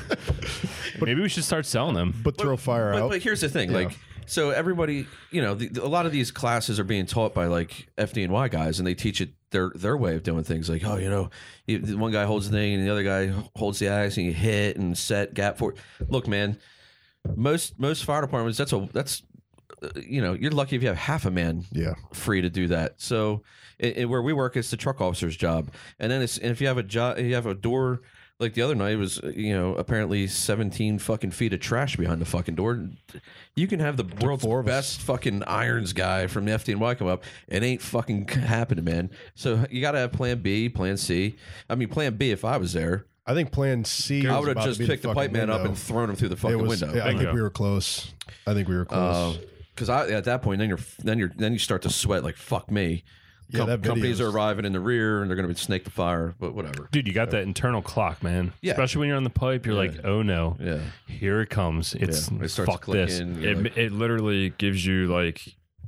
Maybe we should start selling them.
but throw fire
But,
out.
but here's the thing,
Yeah.
like, so everybody, you know, the, the- a lot of these classes are being taught by like FDNY guys, and they teach it their their way of doing things. Like, oh, you know, you, the one guy holds the thing, and the other guy holds the ice, and you hit and set gap for. Look, man, most most fire departments, that's a that's you know, you're lucky if you have half a man
Yeah.
free to do that. So, it, it- where we work, it's the truck officer's job, and then it's and if you have a job, you have a door. Like the other night it was, uh, you know, apparently seventeen fucking feet of trash behind the fucking door. You can have the world's
four of us.
best fucking irons guy from the FDNY come up. It ain't fucking happening, man. So you got to have Plan B, Plan C. I mean, Plan B. If I was there,
I think Plan C.
I
was
would
about
have
to
just
be the
picked the,
fucking
pipe man up
window.
and thrown him through the
it
fucking
was.
window. Uh,
yeah, I think
Bingo.
we were close. I think we were close.
because Um, I at that point then you're then you're then you start to sweat like fuck me.
Yeah,
Com-
that video
companies are
is-
arriving in the rear and they're going to snake the fire, but whatever.
Dude, you got that internal clock, man.
Yeah.
Especially when you're on the pipe, you're like, oh no,
Yeah,
here it comes. It's
Yeah, it starts
fuck this.
clicking. you're
It,
like,
it literally gives you like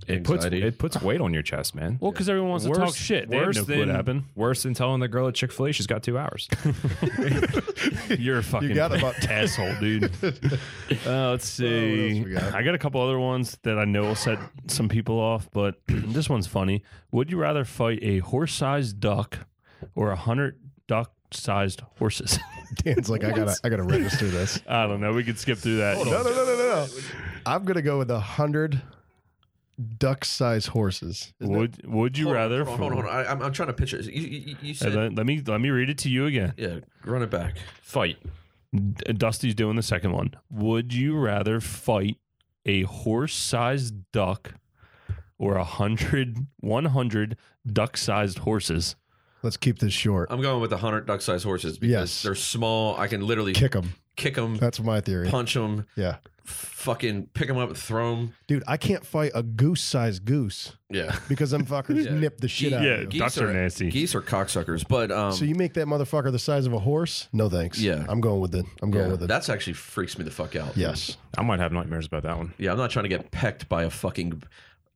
it puts
Anxiety.
it puts weight on your chest, man.
Well, because everyone wants to talk shit. They have no clue what happened.
worse than telling the girl at Chick Fil A she's got two hours.
You're a fucking
got about- Oh,
asshole, dude. Uh, let's
else
see.
we got?
I got a couple other ones that I know will set some people off, but this one's funny. Would you rather fight a horse-sized duck or a hundred duck-sized horses?
Dan's like, I gotta, I gotta register this.
I don't know. We could skip through that.
No, no, no, no, no. no. I'm gonna go with a hundred duck-sized horses.
Would Would you
Hold on,
rather?
Hold on, hold on. I, I'm, I'm trying to picture. it. You, you, you
Hey,
said,
let, let me let me read it to you again.
yeah, run it back.
Fight.
D- Dusty's doing the second one. Would you rather fight a horse-sized duck or a hundred, one hundred duck-sized horses?
Let's keep this short.
I'm going with the hundred duck-sized horses because
Yes.
they're small. I can literally
Kick them.
kick them,
That's my theory.
punch them,
Yeah,
fucking pick them up and throw them.
dude, I can't fight a goose-sized goose
Yeah,
because them fuckers
Yeah.
nip the shit out
Yeah,
of you.
ducks are nasty.
Geese are cocksuckers, but um,
So you make that motherfucker the size of a horse? No thanks.
Yeah.
I'm going with it. I'm going
yeah,
with it.
that's actually freaks me the fuck out.
yes.
I might have nightmares about that one.
Yeah, I'm not trying to get pecked by a fucking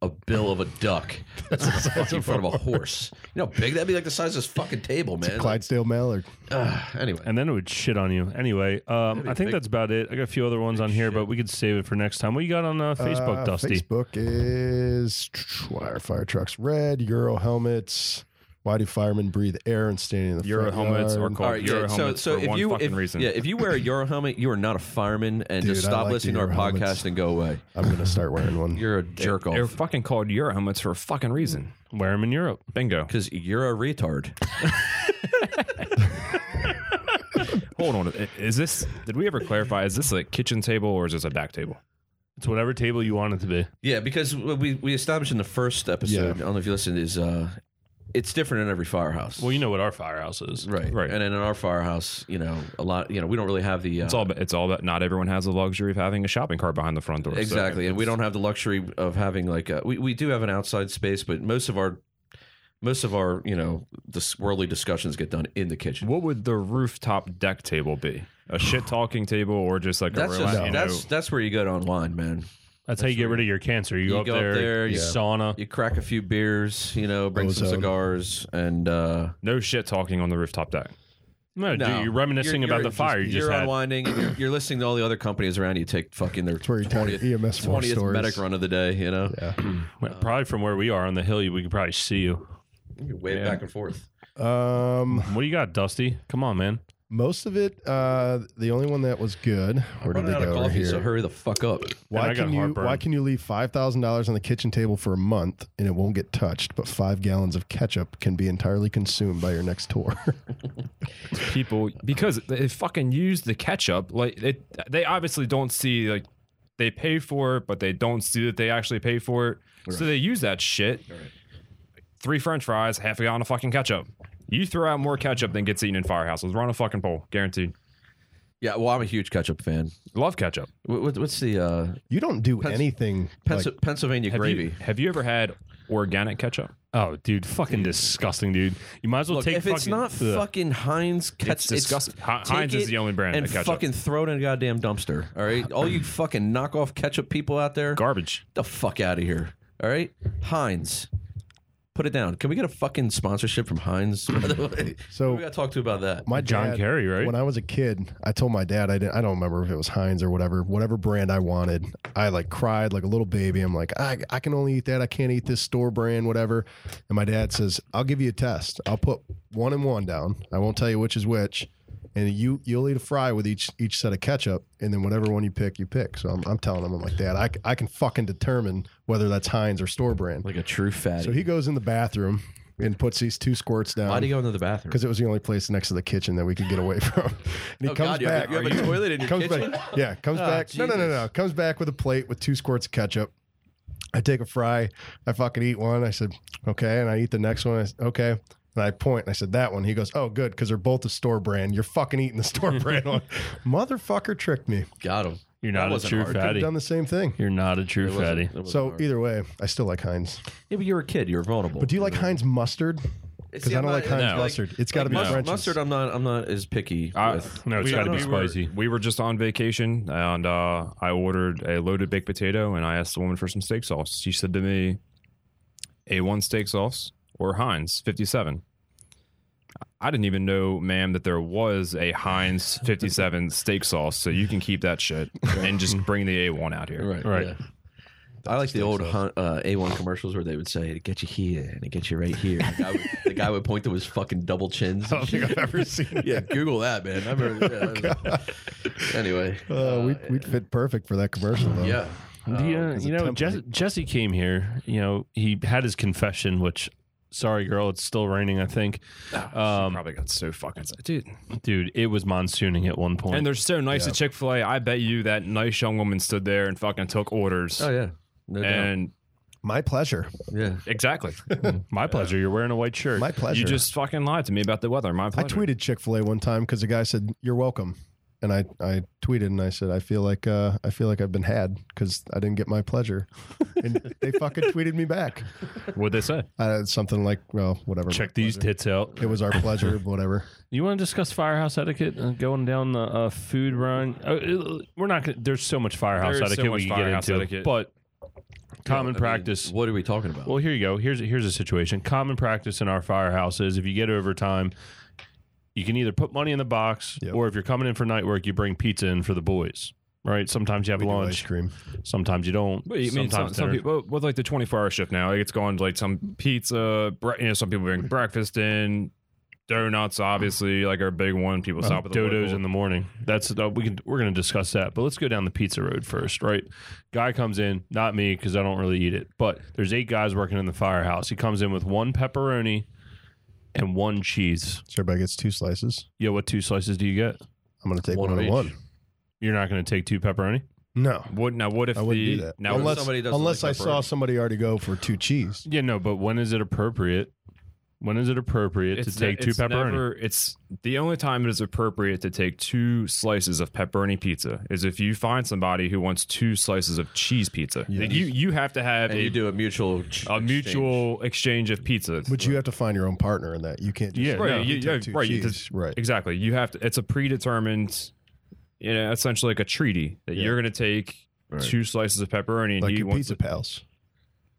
a bill of a duck that's in the fucking front of a horse. You know, how big that'd be like the size of this fucking table, man.
Clydesdale Mallard.
Ugh, anyway,
And then it would shit on you. Anyway, um,
be
I think
big-
that's about it. I got a few other ones on here, but we could save it for next time. What you got on uh, Facebook,
Uh,
Dusty?
Facebook is why are fire trucks red? Euro helmets. Why do firemen breathe air and standing in the
Euro
front
helmets
yard?
are called Euro
yeah,
helmets for one fucking
if,
reason.
yeah, if you wear a Euro helmet, you are not a fireman, and
Dude,
just
I
stop
like Uh, the
listening to our
Euro
podcast
helmets.
and go away.
I'm gonna start wearing one.
You're a jerk
They're
off
fucking called Euro helmets for a fucking reason.
Wear them in Europe.
Bingo.
because you're a retard.
Hold on. I- Is this? Did we ever clarify? Is this a kitchen table or is this a back table?
It's whatever table you want it to be.
Yeah, because we we established in the first episode. I don't know if you listened. Is uh, it's different in every firehouse.
Well, you know what our firehouse is.
Right,
Right.
and then in our firehouse, you know, a lot, you know, we don't really have the. Uh,
It's all. It's all that. Not everyone has the luxury of having a shopping cart behind the front door. So
Exactly, and we
it's-
don't have the luxury of having like a, we we do have an outside space, but most of our most of our you know this worldly discussions get done in the kitchen.
What would the rooftop deck table be? A shit talking table or just like
That's
a
just
relax, you know,
that's that's where you go to unwind, man.
That's, how you get rid of your cancer. You, go up
go up
there,
there,
you
yeah.
sauna.
You crack a few beers, you know, bring some
Ozone.
cigars, and uh,
no shit talking on the rooftop deck.
No, dude,
no.
you're reminiscing
You're-
about
you're
the fire you just
you're
had.
unwinding. and you're, you're listening to all the other companies around you take fucking their
That's where you tell E your EMS war
twentieth
stories.
medic run of the day. You know,
Yeah.
Well, probably from where we are on the hill, you- we could probably see you.
You wave back and forth.
Um,
What do you got, Dusty? Come on, man.
most of it. Uh, the only one that was good. Where did
Running
they
out of
go
coffee, so
here?
hurry the fuck up.
And
Why
I got
can you?
heartburn.
Why can you leave five thousand dollars on the kitchen table for a month and it won't get touched, but five gallons of ketchup can be entirely consumed by your next tour?
people because they fucking use the ketchup. Like it, they obviously don't see like they pay for it, but they don't see that they actually pay for it. So they use that shit. Three French fries, half a gallon of fucking ketchup. You throw out more ketchup than gets eaten in firehouses. We're on a fucking pole, guaranteed.
Yeah, well, I'm a huge ketchup fan.
Love ketchup.
What, what, what's the uh,
you don't do anything. like-
Pensil- Pennsylvania
Have
gravy?
You, have you ever had organic ketchup?
Oh, dude, fucking disgusting, dude. You might as well
Look,
take.
if it's
fucking-
not
Ugh.
fucking Heinz ketchup,
It's disgusting. Hi- Heinz is the only brand
and
that ketchup.
fucking throw it in a goddamn dumpster. All right, all you fucking knockoff ketchup people out there, get
Garbage.
the fuck out of here. All right, Heinz, put it down. Can we get a fucking sponsorship from Heinz? By the way,
So-
we got to talk to about that.
My
John
dad,
Kerry, right?
When I was a kid, I told my dad I didn't. I don't remember if it was Heinz or whatever, whatever brand I wanted. I like cried like a little baby. I'm like, I, I can only eat that. I can't eat this store brand, whatever. And my dad says, I'll give you a test. I'll put one and one down. I won't tell you which is which. and you you'll eat a fry with each each set of ketchup, and then whatever one you pick, you pick. So I'm, I'm telling him, I'm like, Dad, I, c- I can fucking determine whether that's Heinz or store brand.
like a true fatty.
So he um, goes in the bathroom and puts these two squirts
Why'd he
down
go into the bathroom?
because it was the only place next to the kitchen that we could get away from. And he
oh
comes
God, you
back.
have, a- you have a toilet in your
comes
kitchen.
back. Yeah, comes
Oh,
back. No, no, no,
Jesus.
no. Comes back with a plate with two squirts of ketchup. I take a fry. I fucking eat one. I said, okay. And I eat the next one. I said, okay. And I point and I said, that one. He goes, oh, good, because they're both a store brand. You're fucking eating the store brand one. Motherfucker tricked me.
Got him.
You're
That
not a
wasn't
true
hard.
Could have
fatty.
done the same thing.
You're not a
It
true
wasn't-
father.
it wasn't
So
hard.
either way, I still like Heinz.
yeah, but you're a kid. You're vulnerable.
But do you like Heinz mustard? Because I don't like Heinz
no, like-
mustard. it's got to
Like
be
mustard,
French's.
mustard, I'm not. I'm not as picky.
I-
with.
No, it's
We-
got to
I
be
don't know.
spicy.
We were just on vacation, and uh, I ordered a loaded baked potato, and I asked the woman for some steak sauce. She said to me, "A1 steak sauce or Heinz 57." I didn't even know, ma'am, that there was a Heinz 57 steak sauce, so you can keep that shit and just bring the A1 out here.
Right.
Right.
Yeah. I like the
steak
old
sauce.
Hun- uh, A1 commercials where they would say, "To get you here and to get you right here." The guy would, the guy would point to his fucking double chins.
I don't think I've ever seen it.
yeah, Google that, man. I remember. Yeah, that was- anyway,
Uh, we'd, we'd fit perfect for that commercial, though.
yeah, Um,
Yeah,
it's a
uh, you know,
template.
Jesse, Jesse came here. You know, he had his confession, which, sorry, girl, it's still raining, I think.
She
Um,
probably got so fucking dude.
dude, it was monsooning at one point.
And they're so nice at Chick Fil A. I bet you that nice young woman stood there and fucking took orders.
Oh yeah, no
and
My pleasure.
doubt. Yeah,
exactly,
My pleasure. You're wearing a white shirt.
My pleasure.
you just fucking lied to me about the weather. My
I
pleasure.
tweeted Chick Fil A one time because the guy said, "You're welcome," and I, I tweeted and I said, "I feel like uh, I feel like I've been had because I didn't get my pleasure," and they fucking tweeted me back
What'd they say?
uh, something like, "Well, whatever."
Check these tits out.
It was our pleasure, whatever.
You want to discuss firehouse etiquette uh, going down the uh, food run? Uh, uh, we're not. Gonna, there's so much firehouse
There is so
etiquette
much
we can get
firehouse
into,
etiquette.
but common
I mean,
practice.
what are we talking about?
Well, here you go. Here's here's a situation. Common practice in our firehouse is if you get overtime, you can either put money in the box,
Yep.
or if you're coming in for night work, you bring pizza in for the boys. Right? Sometimes you have
We do ice
lunch.
cream.
Sometimes you don't.
Well, you mean, some,
sometimes
some
dinner.
people with like the twenty four hour shift now, it's gone like some pizza. Bre- you know, some people bring breakfast in, donuts. Obviously, like our big one. People stop at the
dodos
local.
in the morning. That's uh, we can we're going to discuss that, but let's go down the pizza road first, right? Guy comes in, not me because I don't really eat it, but there's eight guys working in the firehouse. He comes in with one pepperoni and one cheese.
So everybody gets two slices.
Yeah, what two slices do you get?
I'm gonna take
One
one,
of
of
each.
one.
You're not going to take two pepperoni.
No,
What now? What if
I wouldn't
the
do that.
now?
unless
somebody doesn't
unless
like
I saw
pepperoni.
somebody already go for two cheese.
Yeah, no, but when is it appropriate? When is it appropriate
it's
to take
ne-
two
it's
pepperoni?
never- it's the only time it is appropriate to take two slices of pepperoni pizza is if you find somebody who wants two slices of cheese pizza.
Yes.
You you have to have
and
a,
you do a mutual, ch-
a
exchange.
mutual exchange of pizza.
But you have to find your own partner in that. You can't. Just
Yeah,
right,
no,
you,
take
yeah,
two
right, you
cheese.
just-
right.
Exactly. You have to. It's a predetermined, you know, essentially like a treaty that
Yeah.
you're going to take
Right.
two slices of pepperoni. and
Like
he
your
wants
pizza pals.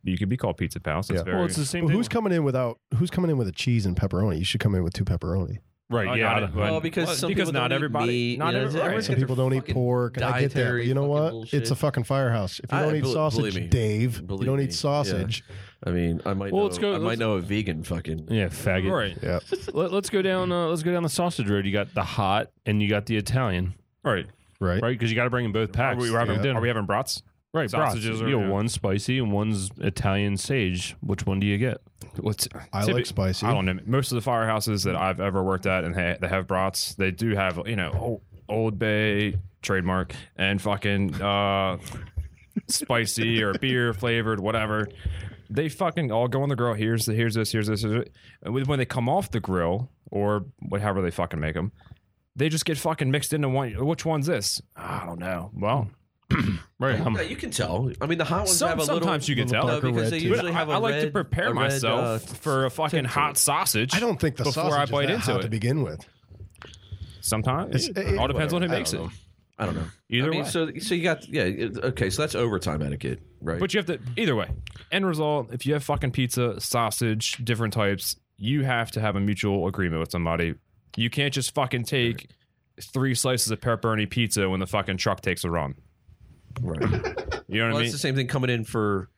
you could be called pizza pals. That's
Yeah.
very.
well, it's the same
But
thing.
who's coming in without? Who's coming in with a cheese and pepperoni? You should come in with two pepperoni.
right?
I
yeah,
got
I
it.
don't-
Well, because
Well,
some
because
people
not
don't eat
everybody-
meat,
not
you know,
everybody-
everyone's
some
Some
got
people
their
don't eat
fucking
pork. and I get that.
dietary
But you know
fucking
what?
bullshit.
It's a fucking firehouse. If you
I-
don't
bel-
eat
believe
sausage,
me.
Dave,
Believe
you don't
me.
eat sausage.
I mean, I might.
Well,
know,
let's go-
I might
let's-
know a vegan fucking.
yeah, faggot.
Right.
Yeah.
Let, us go down. Uh, let's go down the sausage road. You got the hot and you got the Italian,
Right.
Right.
right? Because you got to bring in both
Are
packs. Oh,
we,
for
having,
dinner.
are we having brats?
Right,
Sausages
sausages
are-
are you know,
yeah.
one's spicy and one's Italian sage. Which one do you get?
What's
I like spicy.
I don't know. Most of the firehouses that I've ever worked at and ha- that have brats, they do have you know Old, old Bay trademark and fucking uh, spicy or beer flavored whatever. They fucking all go on the grill. Here's the here's this here's this. Here's it. And with- When they come off the grill or whatever they fucking make them, they just get fucking mixed into one. Which one's this? I don't know. Well,
Right,
Yeah, you can tell. I mean, the hot ones
some-
have a little.
sometimes you can
little
tell.
no,
darker
because
red
they
too.
usually
But
have
I,
a
I like
red-
to prepare
a red,
myself
uh,
for a fucking
tip to
hot
it.
sausage.
I don't think the
Before I
sausage
bite
is that
into
hot
it.
to begin with.
Sometimes
It's-
it,
it-
all depends on who
whatever. I
makes it.
don't
I don't know.
Either
I mean,
way.
So, so you got yeah. it- Okay, so that's overtime etiquette, right?
But you have to either way. End result, if you have fucking pizza, sausage, different types, you have to have a mutual agreement with somebody. You can't just fucking take three slices of pepperoni pizza when the fucking truck takes a run.
right. well,
You know
it's
what I mean?
the same thing coming in for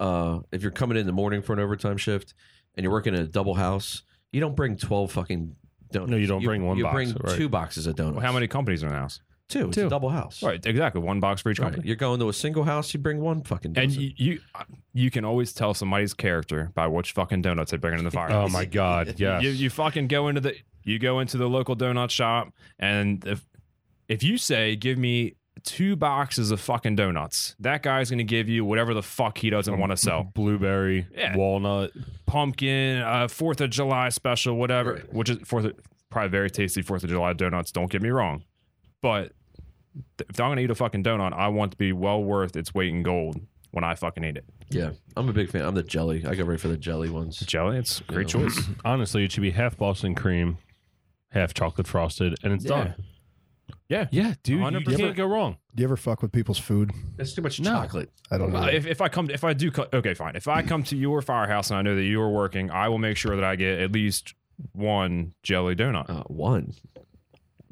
uh, if you're coming in the morning for an overtime shift and you're working in a double house, you don't bring twelve fucking donuts.
No, you don't bring one
You
box,
bring
right.
two boxes of donuts.
Well, how many companies in the house?
Two. It's
Two.
a double house.
Right, exactly. One box for each
Right.
company.
You're going to a single house. You bring one fucking.
And
dozen.
you, you you can always tell somebody's character by which fucking donuts they bring into the
Oh
firehouse.
my god, yes.
You you fucking go into the you go into the local donut shop and if if you say give me two boxes of fucking donuts, that guy's gonna give you whatever the fuck he doesn't want to sell.
Um, Blueberry,
Yeah.
walnut.
Pumpkin, uh Fourth of July special, whatever. Which is Fourth of, probably very tasty Fourth of July donuts. Don't get me wrong, but th- if I'm gonna eat a fucking donut, I want to be well worth its weight in gold when I fucking eat it.
yeah, I'm a big fan. I'm the jelly. I go right for the jelly ones.
Jelly, it's a great
Yeah.
choice.
Honestly, it should be half Boston cream, half chocolate frosted, and it's
Yeah.
done.
Yeah.
Yeah, dude, you
100%.
can't go wrong.
Do you ever fuck with people's food?
That's too much
No.
chocolate.
I don't know.
Uh, if, if I come, if I do, co- okay, fine. If I come to your firehouse and I know that you are working, I will make sure that I get at least one jelly donut.
Uh, one,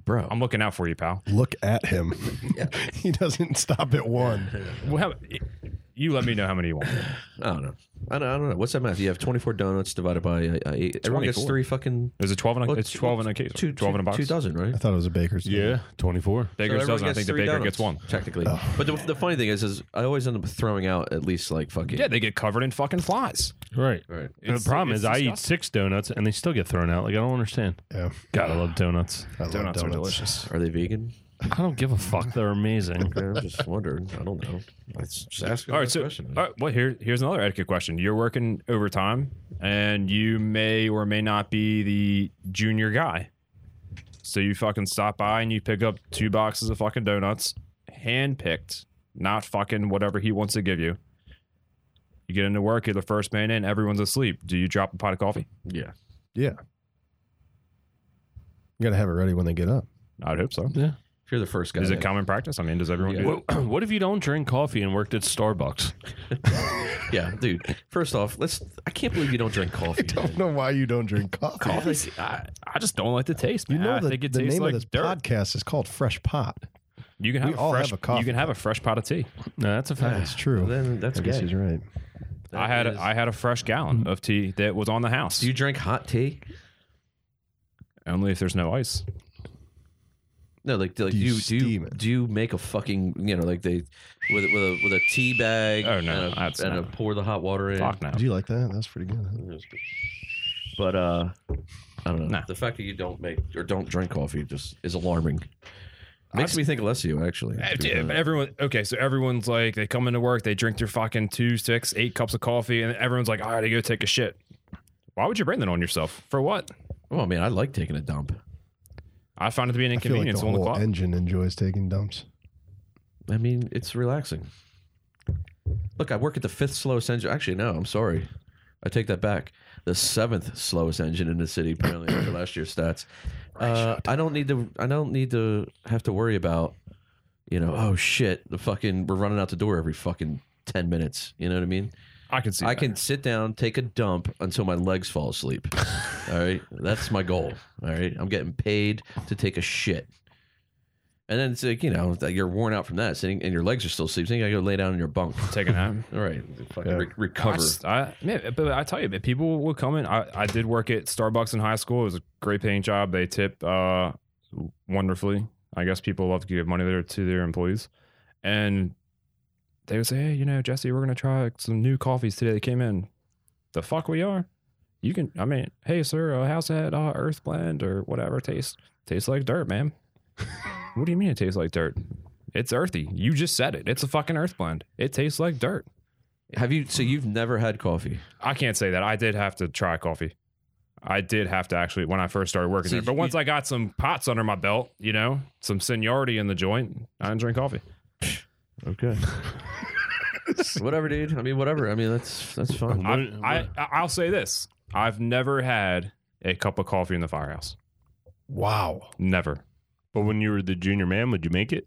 bro.
I'm looking out for you, pal.
Look at him. he doesn't stop at one.
Well, how, you let me know how many you want.
I don't know. I don't, I don't know. What's that math? You have 24 donuts divided by uh, uh, eight. Everyone gets
24.
three fucking.
There's a twelve and a,
Well,
it's
two-
twelve in a case,
Two,
twelve
two,
in a box.
Two dozen, right?
I thought it was a baker's.
Yeah, 24.
Baker's
everyone
dozen. I
gets
think the
three
baker
donuts,
gets one.
technically. But the, the funny thing is, is I always end up throwing out at least like fucking.
Yeah, they get covered in fucking flies.
Right.
Right.
And the problem is, I eat six donuts and they still get thrown out. Like, I don't understand.
Yeah.
God, I love donuts.
I love
donuts, are delicious.
Are they vegan?
I don't give a fuck. They're amazing.
Yeah, I'm just wondering. I don't know. Let's just ask.
All right,
another
so uh,
question.
all right, well, here here's another etiquette question. You're working overtime, and you may or may not be the junior guy. So you fucking stop by and you pick up two boxes of fucking donuts, hand picked, not fucking whatever he wants to give you. You get into work, you're the first man in, everyone's asleep. Do you drop a pot of coffee?
yeah.
Yeah. You got to have it ready when they get up.
I'd hope so.
If you're the first guy,
Is
in,
it common practice? I mean, does everyone
Yeah.
do it?
what, what if you don't drink coffee and worked at Starbucks?
yeah, dude. First off, let's. I can't believe you don't drink coffee.
I don't know why you don't drink coffee.
I, I just don't like the taste.
You
man.
know
I
the,
think it
the
tastes
name
like
of this
dirt.
podcast is called Fresh Pot.
You can
We
have a
all
fresh.
have a coffee
you can have a fresh pot of tea.
No, that's a fact.
That's true.
Then that's
I guess
gay.
he's right.
That
I had
is-
a, I had a fresh gallon of tea that was on the house.
Do you drink hot tea?
Only if there's no ice.
No, like, like do
you
you, do
steam
you,
it?
do you make a fucking you know like they with with a with a tea bag?
Oh, no,
and, a,
that's
and a
not-
pour the hot water in.
Fuck no.
Did you like that? That was pretty good.
But uh, I don't know.
Nah.
The fact that you don't make or don't drink coffee just is alarming. Makes me think less of you actually.
Eh, dude, But everyone, okay, so everyone's like, they come into work, they drink their fucking two, six, eight cups of coffee, and everyone's like, all right, I gotta go take a shit. Why would you bring that on yourself? For what?
Well, I mean, I like taking a dump.
I found it to be an
I feel like
inconvenience
the
on the
whole
clock.
engine enjoys taking dumps.
I mean, it's relaxing. Look, I work at the fifth slowest engine. Actually, no, I'm sorry. I take that back. The seventh slowest engine in the city, apparently, after last year's stats. Uh, I don't need to. I don't need to have to worry about, you know, oh shit, the fucking we're running out the door every fucking ten minutes. You know what I mean?
I can see.
I
that.
can sit down, take a dump until my legs fall asleep. All right, that's my goal. All right, I'm getting paid to take a shit. And then it's like you know that you're worn out from that sitting, and your legs are still asleep. So you gotta go lay down in your bunk.
take a nap.
All right, fucking
Yeah.
re-
I,
recover.
just- I- man, but I tell you, but people will come in. I, I did work at Starbucks in high school. It was a great paying job. They tip uh, wonderfully. I guess people love to give money there to their employees, and they would say, "Hey, you know, Jesse, we're gonna try some new coffees today." They came in. The fuck we are. You can. I mean, hey, sir, uh, how's that uh, Earth Blend or whatever taste? Tastes like dirt, man. what do you mean it tastes like dirt? It's earthy. You just said it. It's a fucking Earth Blend. It tastes like dirt.
Have you? So you've never had coffee?
I can't say that. I did have to try coffee. I did have to actually when I first started working
So
there. But
you-
once I got some pots under my belt, you know, some seniority in the joint, I didn't drink coffee.
Okay. whatever, dude. I mean, whatever. I mean, that's that's fine.
I, I, I I'll say this: I've never had a cup of coffee in the firehouse.
Wow.
Never
But when you were the junior man, would you make it?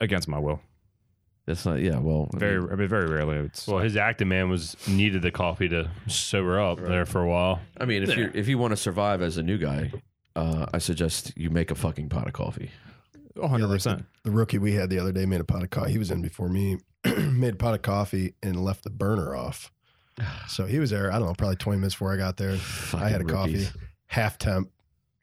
against my will.
That's not. Yeah. Well, I mean,
Very, I mean, very rarely. It's,
Well, his active man was needed the coffee to sober up there for a while.
I mean, if you if you want to survive as a new guy, uh, I suggest you make a fucking pot of coffee.
100%.
The rookie we had the other day made a pot of coffee. He was in before me, made a pot of coffee and left the burner off. So he was there, I don't know, probably 20 minutes before I got there. I had a
Fucking rookies.
coffee, half temp,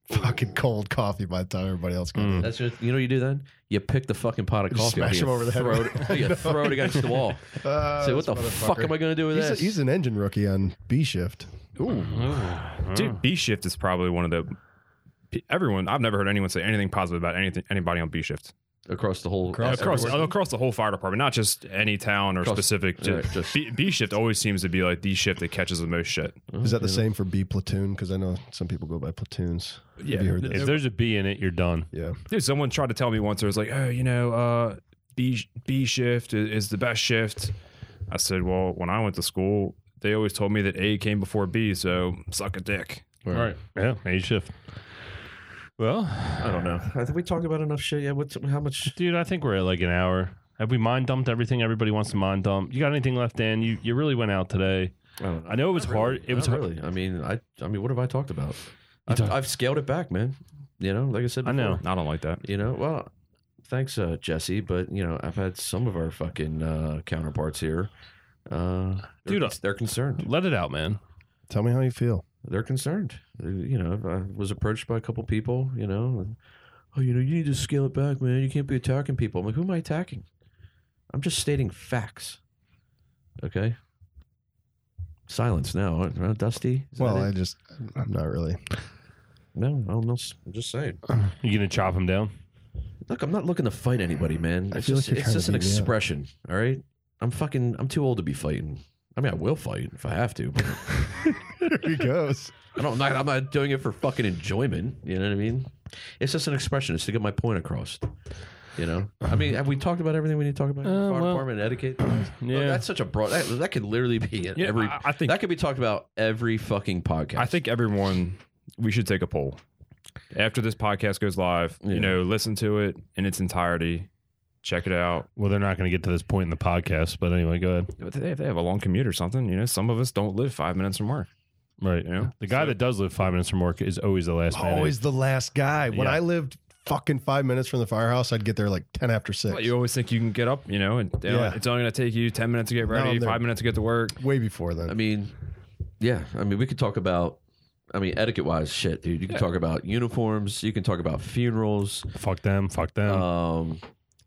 fucking cold coffee by the time everybody else got
Mm.
in.
That's just you know what you do then you pick the fucking pot of
Hmm. Just
coffee, up,
smash
you
him over the head
throw
with
it-
it.
you throw it against the wall.
Uh,
Say what the
this
fuck
motherfucker.
am I gonna do with
He's, a-
this?
he's an engine rookie on B shift.
Dude, B shift is probably one of the pe- everyone. I've never heard anyone say anything positive about anything anybody on B shift
across the whole
Across-
across
everywhere.
across the whole fire department, not just any town or
Across-
specific.
yeah,
Just,
just-
B, B shift always seems to be like the shift that catches the most shit.
Is that the same for B platoon? Because I know some people go by platoons.
Yeah,
you heard
th-
that?
If there's a B in it, you're done.
Yeah.
Dude, someone tried to tell me once. I was like, oh, you know, uh, B B shift is, is the best shift. I said, well, when I went to school, they always told me that A came before B, so suck a dick.
Right.
Yeah. A shift. Well,
I don't know. I think we talked about enough shit. Yeah. What's how much?
dude, I think we're at like an hour. Have we mind dumped everything everybody wants to mind dump? You got anything left, Dan? You you really went out today.
I don't know.
I know it was hard. It was
Not
hard.
really. I mean, I. I mean, what have I talked about? I've,
talked-
I've scaled it back, man. You know, like I said.
I
Before,
know.
I don't like that.
You know. Well, thanks, uh, Jesse. But you know, I've had some of our fucking uh, counterparts here. Uh, they're,
Dude, I-
cons- they're concerned.
Let it out, man.
Tell me how you feel.
They're concerned. Uh, You know, I was approached by a couple people. You know, and, oh, you know, you need to scale it back, man. You can't be attacking people. I'm like, who am I attacking? I'm just stating facts. Okay. Silence now, huh, Dusty. Is that
Well,
it?
I just, I'm not really.
No, I don't know. I'm just saying.
Uh,
You gonna chop him down?
Look, I'm not looking to fight anybody, man.
I
It's
feel like
just,
you're
it's
trying to
just an
beat me up.
expression. All right. I'm fucking. I'm too old to be fighting. I mean, I will fight if I have to. But
Here he goes.
I don't. I'm not, I'm not doing it for fucking enjoyment. You know what I mean? It's just an expression. It's to get my point across. You know. I mean, have we talked about everything we need to talk about?
Uh,
Fire
well,
department etiquette. Look, Oh, that's such a broad. That, that could literally be in
Yeah,
every.
I, I think
that could be talked about every fucking podcast.
I think everyone we should take a poll after this podcast goes live.
Yeah.
You know, listen to it in its entirety, check it out.
Well, they're not gonna get to this point in the podcast, but anyway, go ahead.
If they, if they have a long commute or something, you know, some of us don't live five minutes from work.
Right.
You know,
The guy that does live five minutes from work is always the last man. in.
Always the last guy. When
Yeah.
I lived fucking five minutes from the firehouse, I'd get there like 10 after six.
Well, you always think you can get up, you know, and you know,
Yeah.
it's only going to take you ten minutes to get
No,
ready,
they're-
five minutes to get to work.
Way before then.
I mean, yeah. I mean, we could talk about. I mean, etiquette-wise, shit, dude. You can talk about uniforms. You can talk about funerals.
Fuck them. Fuck them.
Um,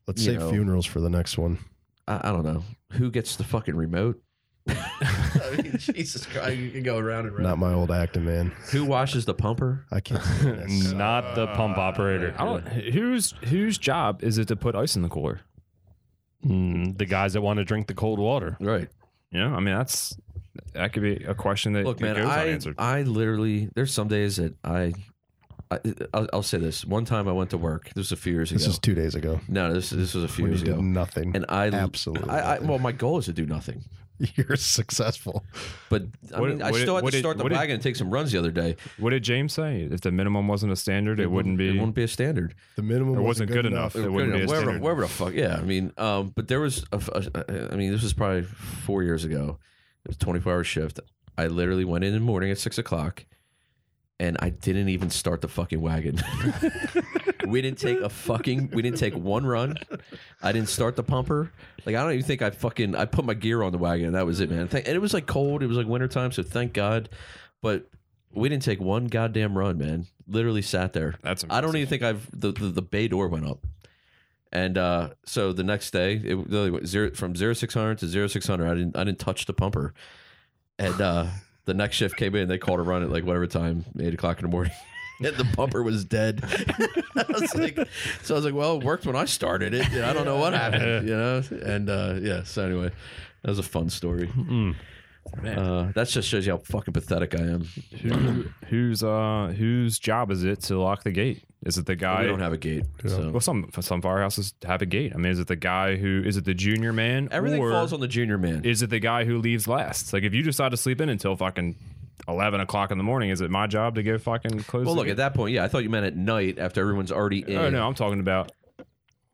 Let's
you
save
know.
funerals for the next one.
I, I don't know who gets the fucking remote. I mean, Jesus Christ, you can go around and
Not my old acting man.
Who washes the pumper?
I can't. stand this.
not the pump operator.
I don't. Whose whose job is it to put ice in the cooler?
Mm, the guys that want to drink the cold water.
Right.
You know, I mean, that's that could be a question that,
Look, man,
that goes
I,
unanswered.
I literally there's some days that I, I I'll, I'll say this. One time I went to work. This was a few years ago.
This is two days ago.
no, this this was a few
When you
years
did
ago.
nothing.
And I
Absolutely
I, I
nothing.
well, my goal is to do nothing.
You're successful.
But I
What-
mean, I
what-
still
what
had to
did-
start the
what did-
wagon and take some runs the other day.
what did James say? If the minimum wasn't a standard, it, wouldn't
It
be.
wouldn't be a standard.
The minimum
It wasn't good enough. It wouldn't be a
wherever,
standard.
wherever the fuck. Yeah, I mean, um, but there was, a f- a- I mean, this was probably four years ago. It was a 24 hour shift. I literally went in the morning at six o'clock and I didn't even start the fucking wagon. we didn't take a fucking, we didn't take one run. I didn't start the pumper. Like, I don't even think I fucking, I put my gear on the wagon and that was it, man. Thank- And it was like cold. It was like wintertime. So thank God. But we didn't take one goddamn run, man. Literally sat there.
That's
I don't
impressive.
even think I've the, the, the bay door went up, and uh, so the next day it literally went zero from zero six hundred to zero six hundred. I didn't I didn't touch the pumper, and uh, the next shift came in. They called a run at like whatever time eight o'clock in the morning. And the pumper was dead. I was like, so I was like, well, it worked when I started it. You know, I don't know what happened, you know. And uh, yeah, so anyway, that was a fun story.
Mm.
Uh, that just shows you how fucking pathetic I am.
Who, whose uh whose job is it to lock the gate? Is it the guy?
we don't have a gate. So.
well, some some firehouses have a gate. I mean, is it the guy who is it the junior man?
Everything
or
falls on the junior man.
Is it the guy who leaves last? Like, if you decide to sleep in until fucking eleven o'clock in the morning, is it my job to go fucking close?
Well,
the
look
gate?
at that point. Yeah, I thought you meant at night after everyone's already in.
Oh no, I'm talking about.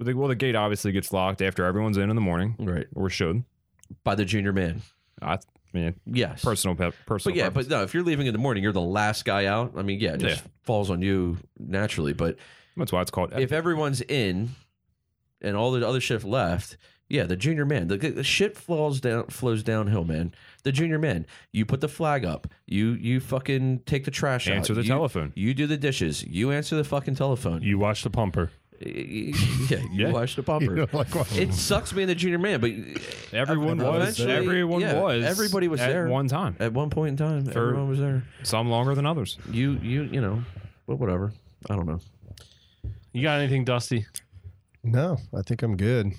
Well, the, well, the gate obviously gets locked after everyone's in in the morning,
right
or should.
by the junior man.
I mean,
Yes,
personal pep, personal.
but yeah,
preference.
but no, if you're leaving in the morning, you're the last guy out. I mean, yeah, it just
Yeah.
falls on you naturally. But
that's why it's called.
if everyone's in and all the other shift left, Yeah, the junior man. The, the shit flows down flows downhill, man. The junior man. You put the flag up. You you fucking take the trash out.
Answer the
You-
telephone.
You do the dishes. You answer the fucking telephone.
You watch the pumper.
yeah, you
Yeah.
wash the bumper.
You know, like, well,
it sucks being the junior man, but
Everyone
ev-
was.
eventually-
Everyone
yeah,
was.
Everybody was
at
there
one time.
At one point in time,
For-
everyone was there.
Some longer than others.
You you you know, but whatever. I don't know.
You got anything, Dusty?
no, I think I'm good.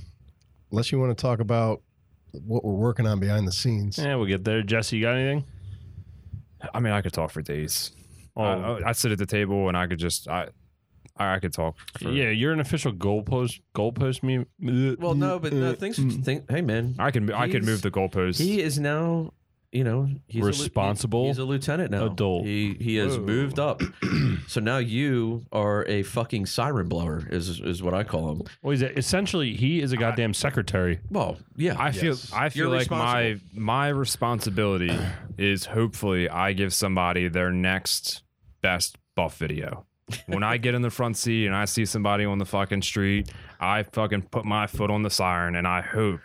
Unless you want to talk about what we're working on behind the scenes.
Yeah, we'll get there. Jesse, you got anything?
I mean, I could talk for days.
Oh,
I, I- I'd sit at the table and I could just I I could talk. For,
yeah, you're an official goalpost goalpost me. Mm.
Well, no, but uh, no, things. Think, hey, man,
Mm-hmm. I can I could
He's-
move the goalposts.
he is now. You know, he's a lieu-
Responsible
he's a lieutenant now.
adult.
He he has
Whoa.
moved up. so now you are a fucking siren blower. Is is what I call him.
Well, he's a, essentially he is a goddamn secretary.
Well, yeah.
I feel
Yes.
I feel
You're
like my my responsibility is hopefully I give somebody their next best buff video. When I get in the front seat and I see somebody on the fucking street, I fucking put my foot on the siren and I hope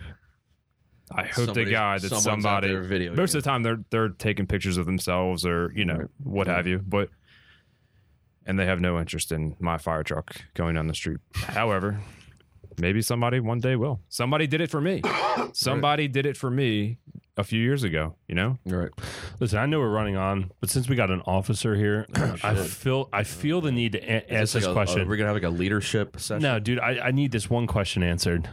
I hope to
Somebody-
God that
someone's out
somebody
there videoing
most
you.
of the time they're they're taking pictures of themselves or you know what have you, but and they have no interest in my fire truck going down the street. However, maybe somebody one day will. Somebody did it for me. Somebody did it for me a few years ago, you know?
right.
Listen, I know we're running on, but since we got an officer here, I feel I feel the need to a- ask this
like a-
question.
uh, we're gonna have like a leadership session.
no, dude, I, I need this one question answered.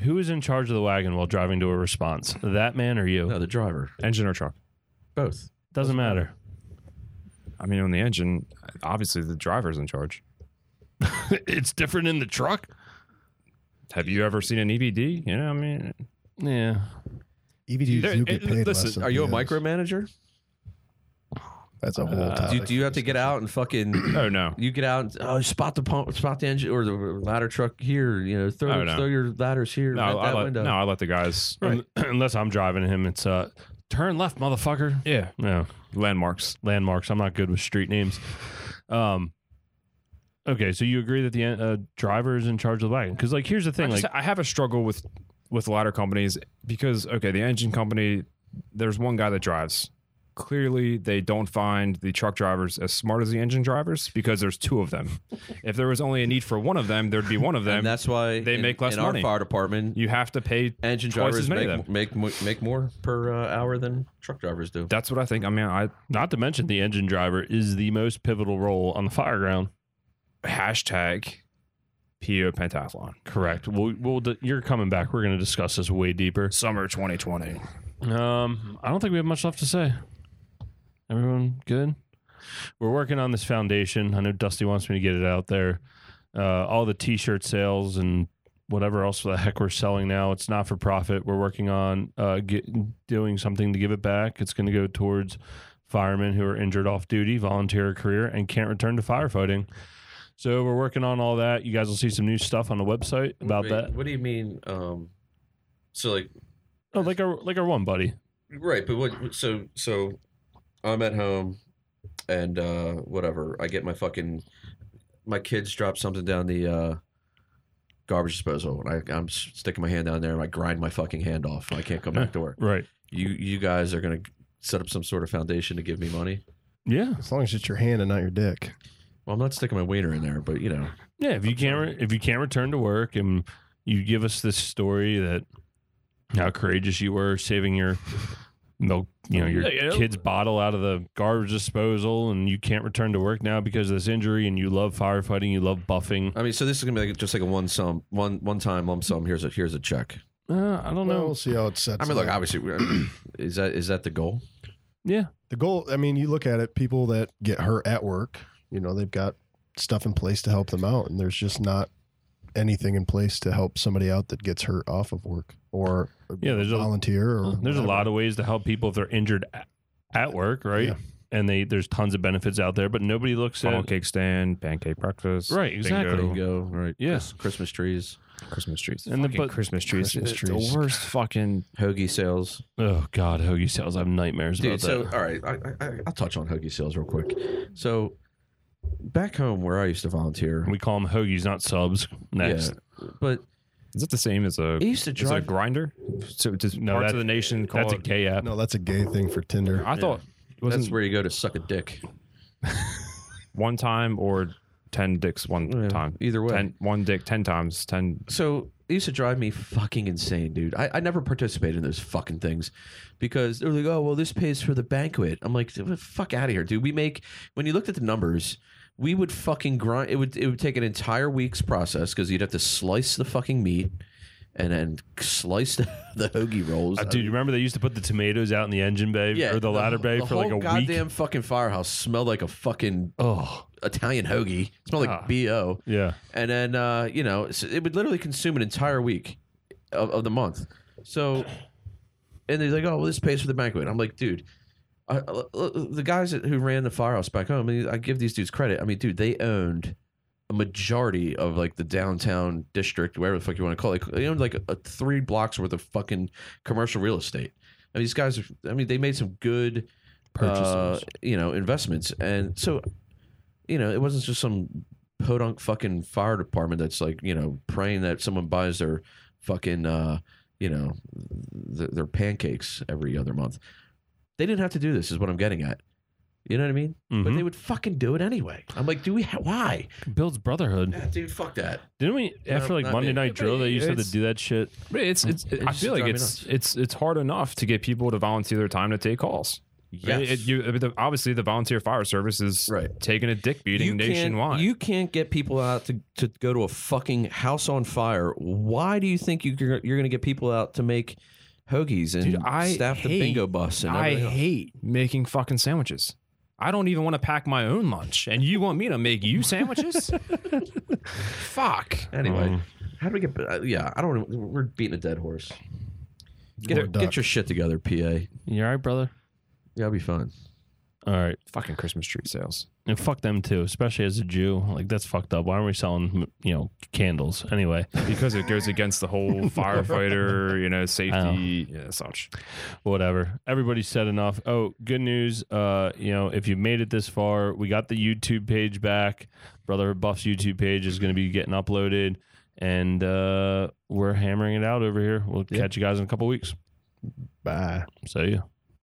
Who is in charge of the wagon while driving to a response? That man or you?
no, the driver.
Engine or truck?
Both.
Doesn't matter.
I mean, on the engine, obviously the driver's in charge.
it's different in the truck.
Have you ever seen an EVD? You know, I mean,
Yeah.
EVDs
There-
do get
it-
paid
listen,
less than
Are you a
POs.
micromanager?
That's a whole
Do,
topic.
do you have to get out and fucking?
oh no.
You get out and oh, spot the pump, spot the engine or the ladder truck here. You know, throw,
Oh, no.
throw your ladders here.
No,
vent
I
that
let,
window.
no, I let the guys.
Un- Unless I'm driving him, it's uh turn left, motherfucker.
Yeah.
No.
Landmarks.
landmarks. I'm not good with street names. Um, okay, so you agree that the uh, driver is in charge of the wagon? Because like, here's the
I,
thing, like,
just- I have a struggle with with ladder companies because okay, the engine company, there's one guy that drives. Clearly, they don't find the truck drivers as smart as the engine drivers because there's two of them. if there was only a need for one of them, there'd be one of them.
and that's why
they
in-
make less
in
money.
Our fire department,
you have to pay.
engine
twice
drivers
as many
make
of
mo- make mo- make more per uh, hour than truck drivers do.
That's what I think. I mean, I
not to mention the engine driver is the most pivotal role on the fire ground.
hashtag PO pentathlon
Correct. We'll, we'll d- you're coming back. We're going to discuss this way deeper.
summer 2020.
Um, I don't think we have much left to say. Everyone good? We're working on this foundation. I know Dusty wants me to get it out there. Uh, all the t-shirt sales and whatever else the heck we're selling now. It's not for profit. We're working on uh, get, doing something to give it back. It's going to go towards firemen who are injured off duty, volunteer a career, and can't return to firefighting. So we're working on all that. You guys will see some new stuff on the website about
Wait,
that.
What do you mean? Um, so like
Oh, like our like our one buddy.
Right, but what? So so, I'm at home, and uh, whatever. I get my fucking my kids drop something down the uh, garbage disposal, and I, I'm s- sticking my hand down there, and I grind my fucking hand off, and I can't come back to work.
Right.
You you guys are gonna set up some sort of foundation to give me money.
Yeah.
As long as it's your hand and not your dick.
Well, I'm not sticking my wiener in there, but you know,
Yeah, if you can't re- if you can't return to work and you give us this story that how courageous you were saving your milk, you know, your
Yeah, yeah.
kid's bottle out of the garbage disposal and you can't return to work now because of this injury and you love firefighting, you love buffing.
I mean, so this is gonna be like, just like a one sum, one one time lump sum. Here's a here's a check.
Uh, I don't
Well, we'll
know.
see how it sets.
I mean, look,
up.
obviously, we- is that is that the goal?
Yeah.
the goal. I mean, you look at it. People that get hurt at work, you know, they've got stuff in place to help them out, and there's just not anything in place to help somebody out that gets hurt off of work or
Yeah, there's a-
volunteer or
There's a lot of ways to help people if they're injured at, at work, right?
Yeah.
And they there's tons of benefits out there, but nobody looks
Funnel
at
cake stand, pancake breakfast,
Right, exactly.
bingo,
Bingo, right?
Yeah.
Yes, Christmas trees,
Christmas trees,
And the-
Fucking
but-
Christmas trees,
Christmas
It's
trees.
the worst fucking
hoagie sales.
Oh god, hoagie sales. I have nightmares
Dude,
about
so
that.
all right, I, I, I- I'll touch on hoagie sales real quick. So back home where I used to volunteer,
We call them hoagies, not subs. Next.
yeah, but
Is it the same as a
It used to
is it a
drive.
grinder? So just
No,
parts
that-
of the nation call
That's a
it-
gay app.
No, that's a gay thing for Tinder.
I thought it wasn't
That's where you go to suck a dick.
one time or ten dicks one
Yeah,
time.
either way.
Ten, one dick ten times. Ten.
So it used to drive me fucking insane, dude. I, I never participated in those fucking things because they were like, oh, well, this pays for the banquet. I'm like, "Dude, fuck out of here, dude. We make, when you looked at the numbers, we would fucking grind. It would, it would take an entire week's process because you'd have to slice the fucking meat and then slice the, the hoagie rolls.
Uh, dude, you remember they used to put the tomatoes out in the engine bay or the, ladder bay
the
for like
whole
a
goddamn
week?
fucking firehouse smelled like a fucking
Oh,
Italian hoagie. It smelled like
Ah.
BO.
yeah.
and then uh, you know so it would literally consume an entire week of, of the month. So, and they're like, "Oh, well, this pays for the banquet." I'm like, "Dude, I, I- the guys that- who ran the firehouse back home, I, mean, I give these dudes credit. I mean, dude, they owned a majority of like the downtown district, wherever the fuck you want to call it. Like, they owned like a, three blocks worth of fucking commercial real estate. I mean, these guys. are- I mean, they made some good
Purchases.
uh, you know, investments, and so." You know, it wasn't just some podunk fucking fire department that's like you know praying that someone buys their fucking uh you know th- their pancakes every other month they didn't have to do this is what i'm getting at you know what i mean but
Mhm.
they would fucking do it anyway i'm like do we ha- why
builds brotherhood.
yeah, dude fuck that
Didn't we
No,
after like
not
Monday
me.
Night Drill? They used to, have
It's-
to do that shit.
It's it's.
It
I
used to
feel like
drive me
it's it's it's hard enough to get people to volunteer their time to take calls.
yes
It- it- you- I mean, the- obviously, the volunteer fire service is
Right.
taking a dick beating
you
nationwide.
Can't, you can't get people out to, to go to a fucking house on fire. Why do you think you, you're going to get people out to make hoagies and
Dude, I
staff the
hate-
bingo bus? And
I
everything else?
hate making fucking sandwiches. I don't even want to pack my own lunch, and you want me to make you sandwiches? Fuck.
Anyway, how do we get? Uh, yeah, I don't. We're beating a dead horse.
Poor
Get,
duck.
get your shit together, PA. Yeah,
You all right, brother?
I'll be fine.
All right.
Fucking Christmas tree sales.
And fuck them too, especially as a Jew. Like that's fucked up. Why aren't we selling you know candles anyway?
Because it goes against the whole firefighter, you know, safety yeah, such.
Whatever. Everybody said enough. Oh, good news. Uh, you know, if you made it this far, we got the YouTube page back. Brotherhood Buff's YouTube page is going to be getting uploaded, and uh, we're hammering it out over here. We'll catch you guys in a couple weeks.
Bye.
See ya.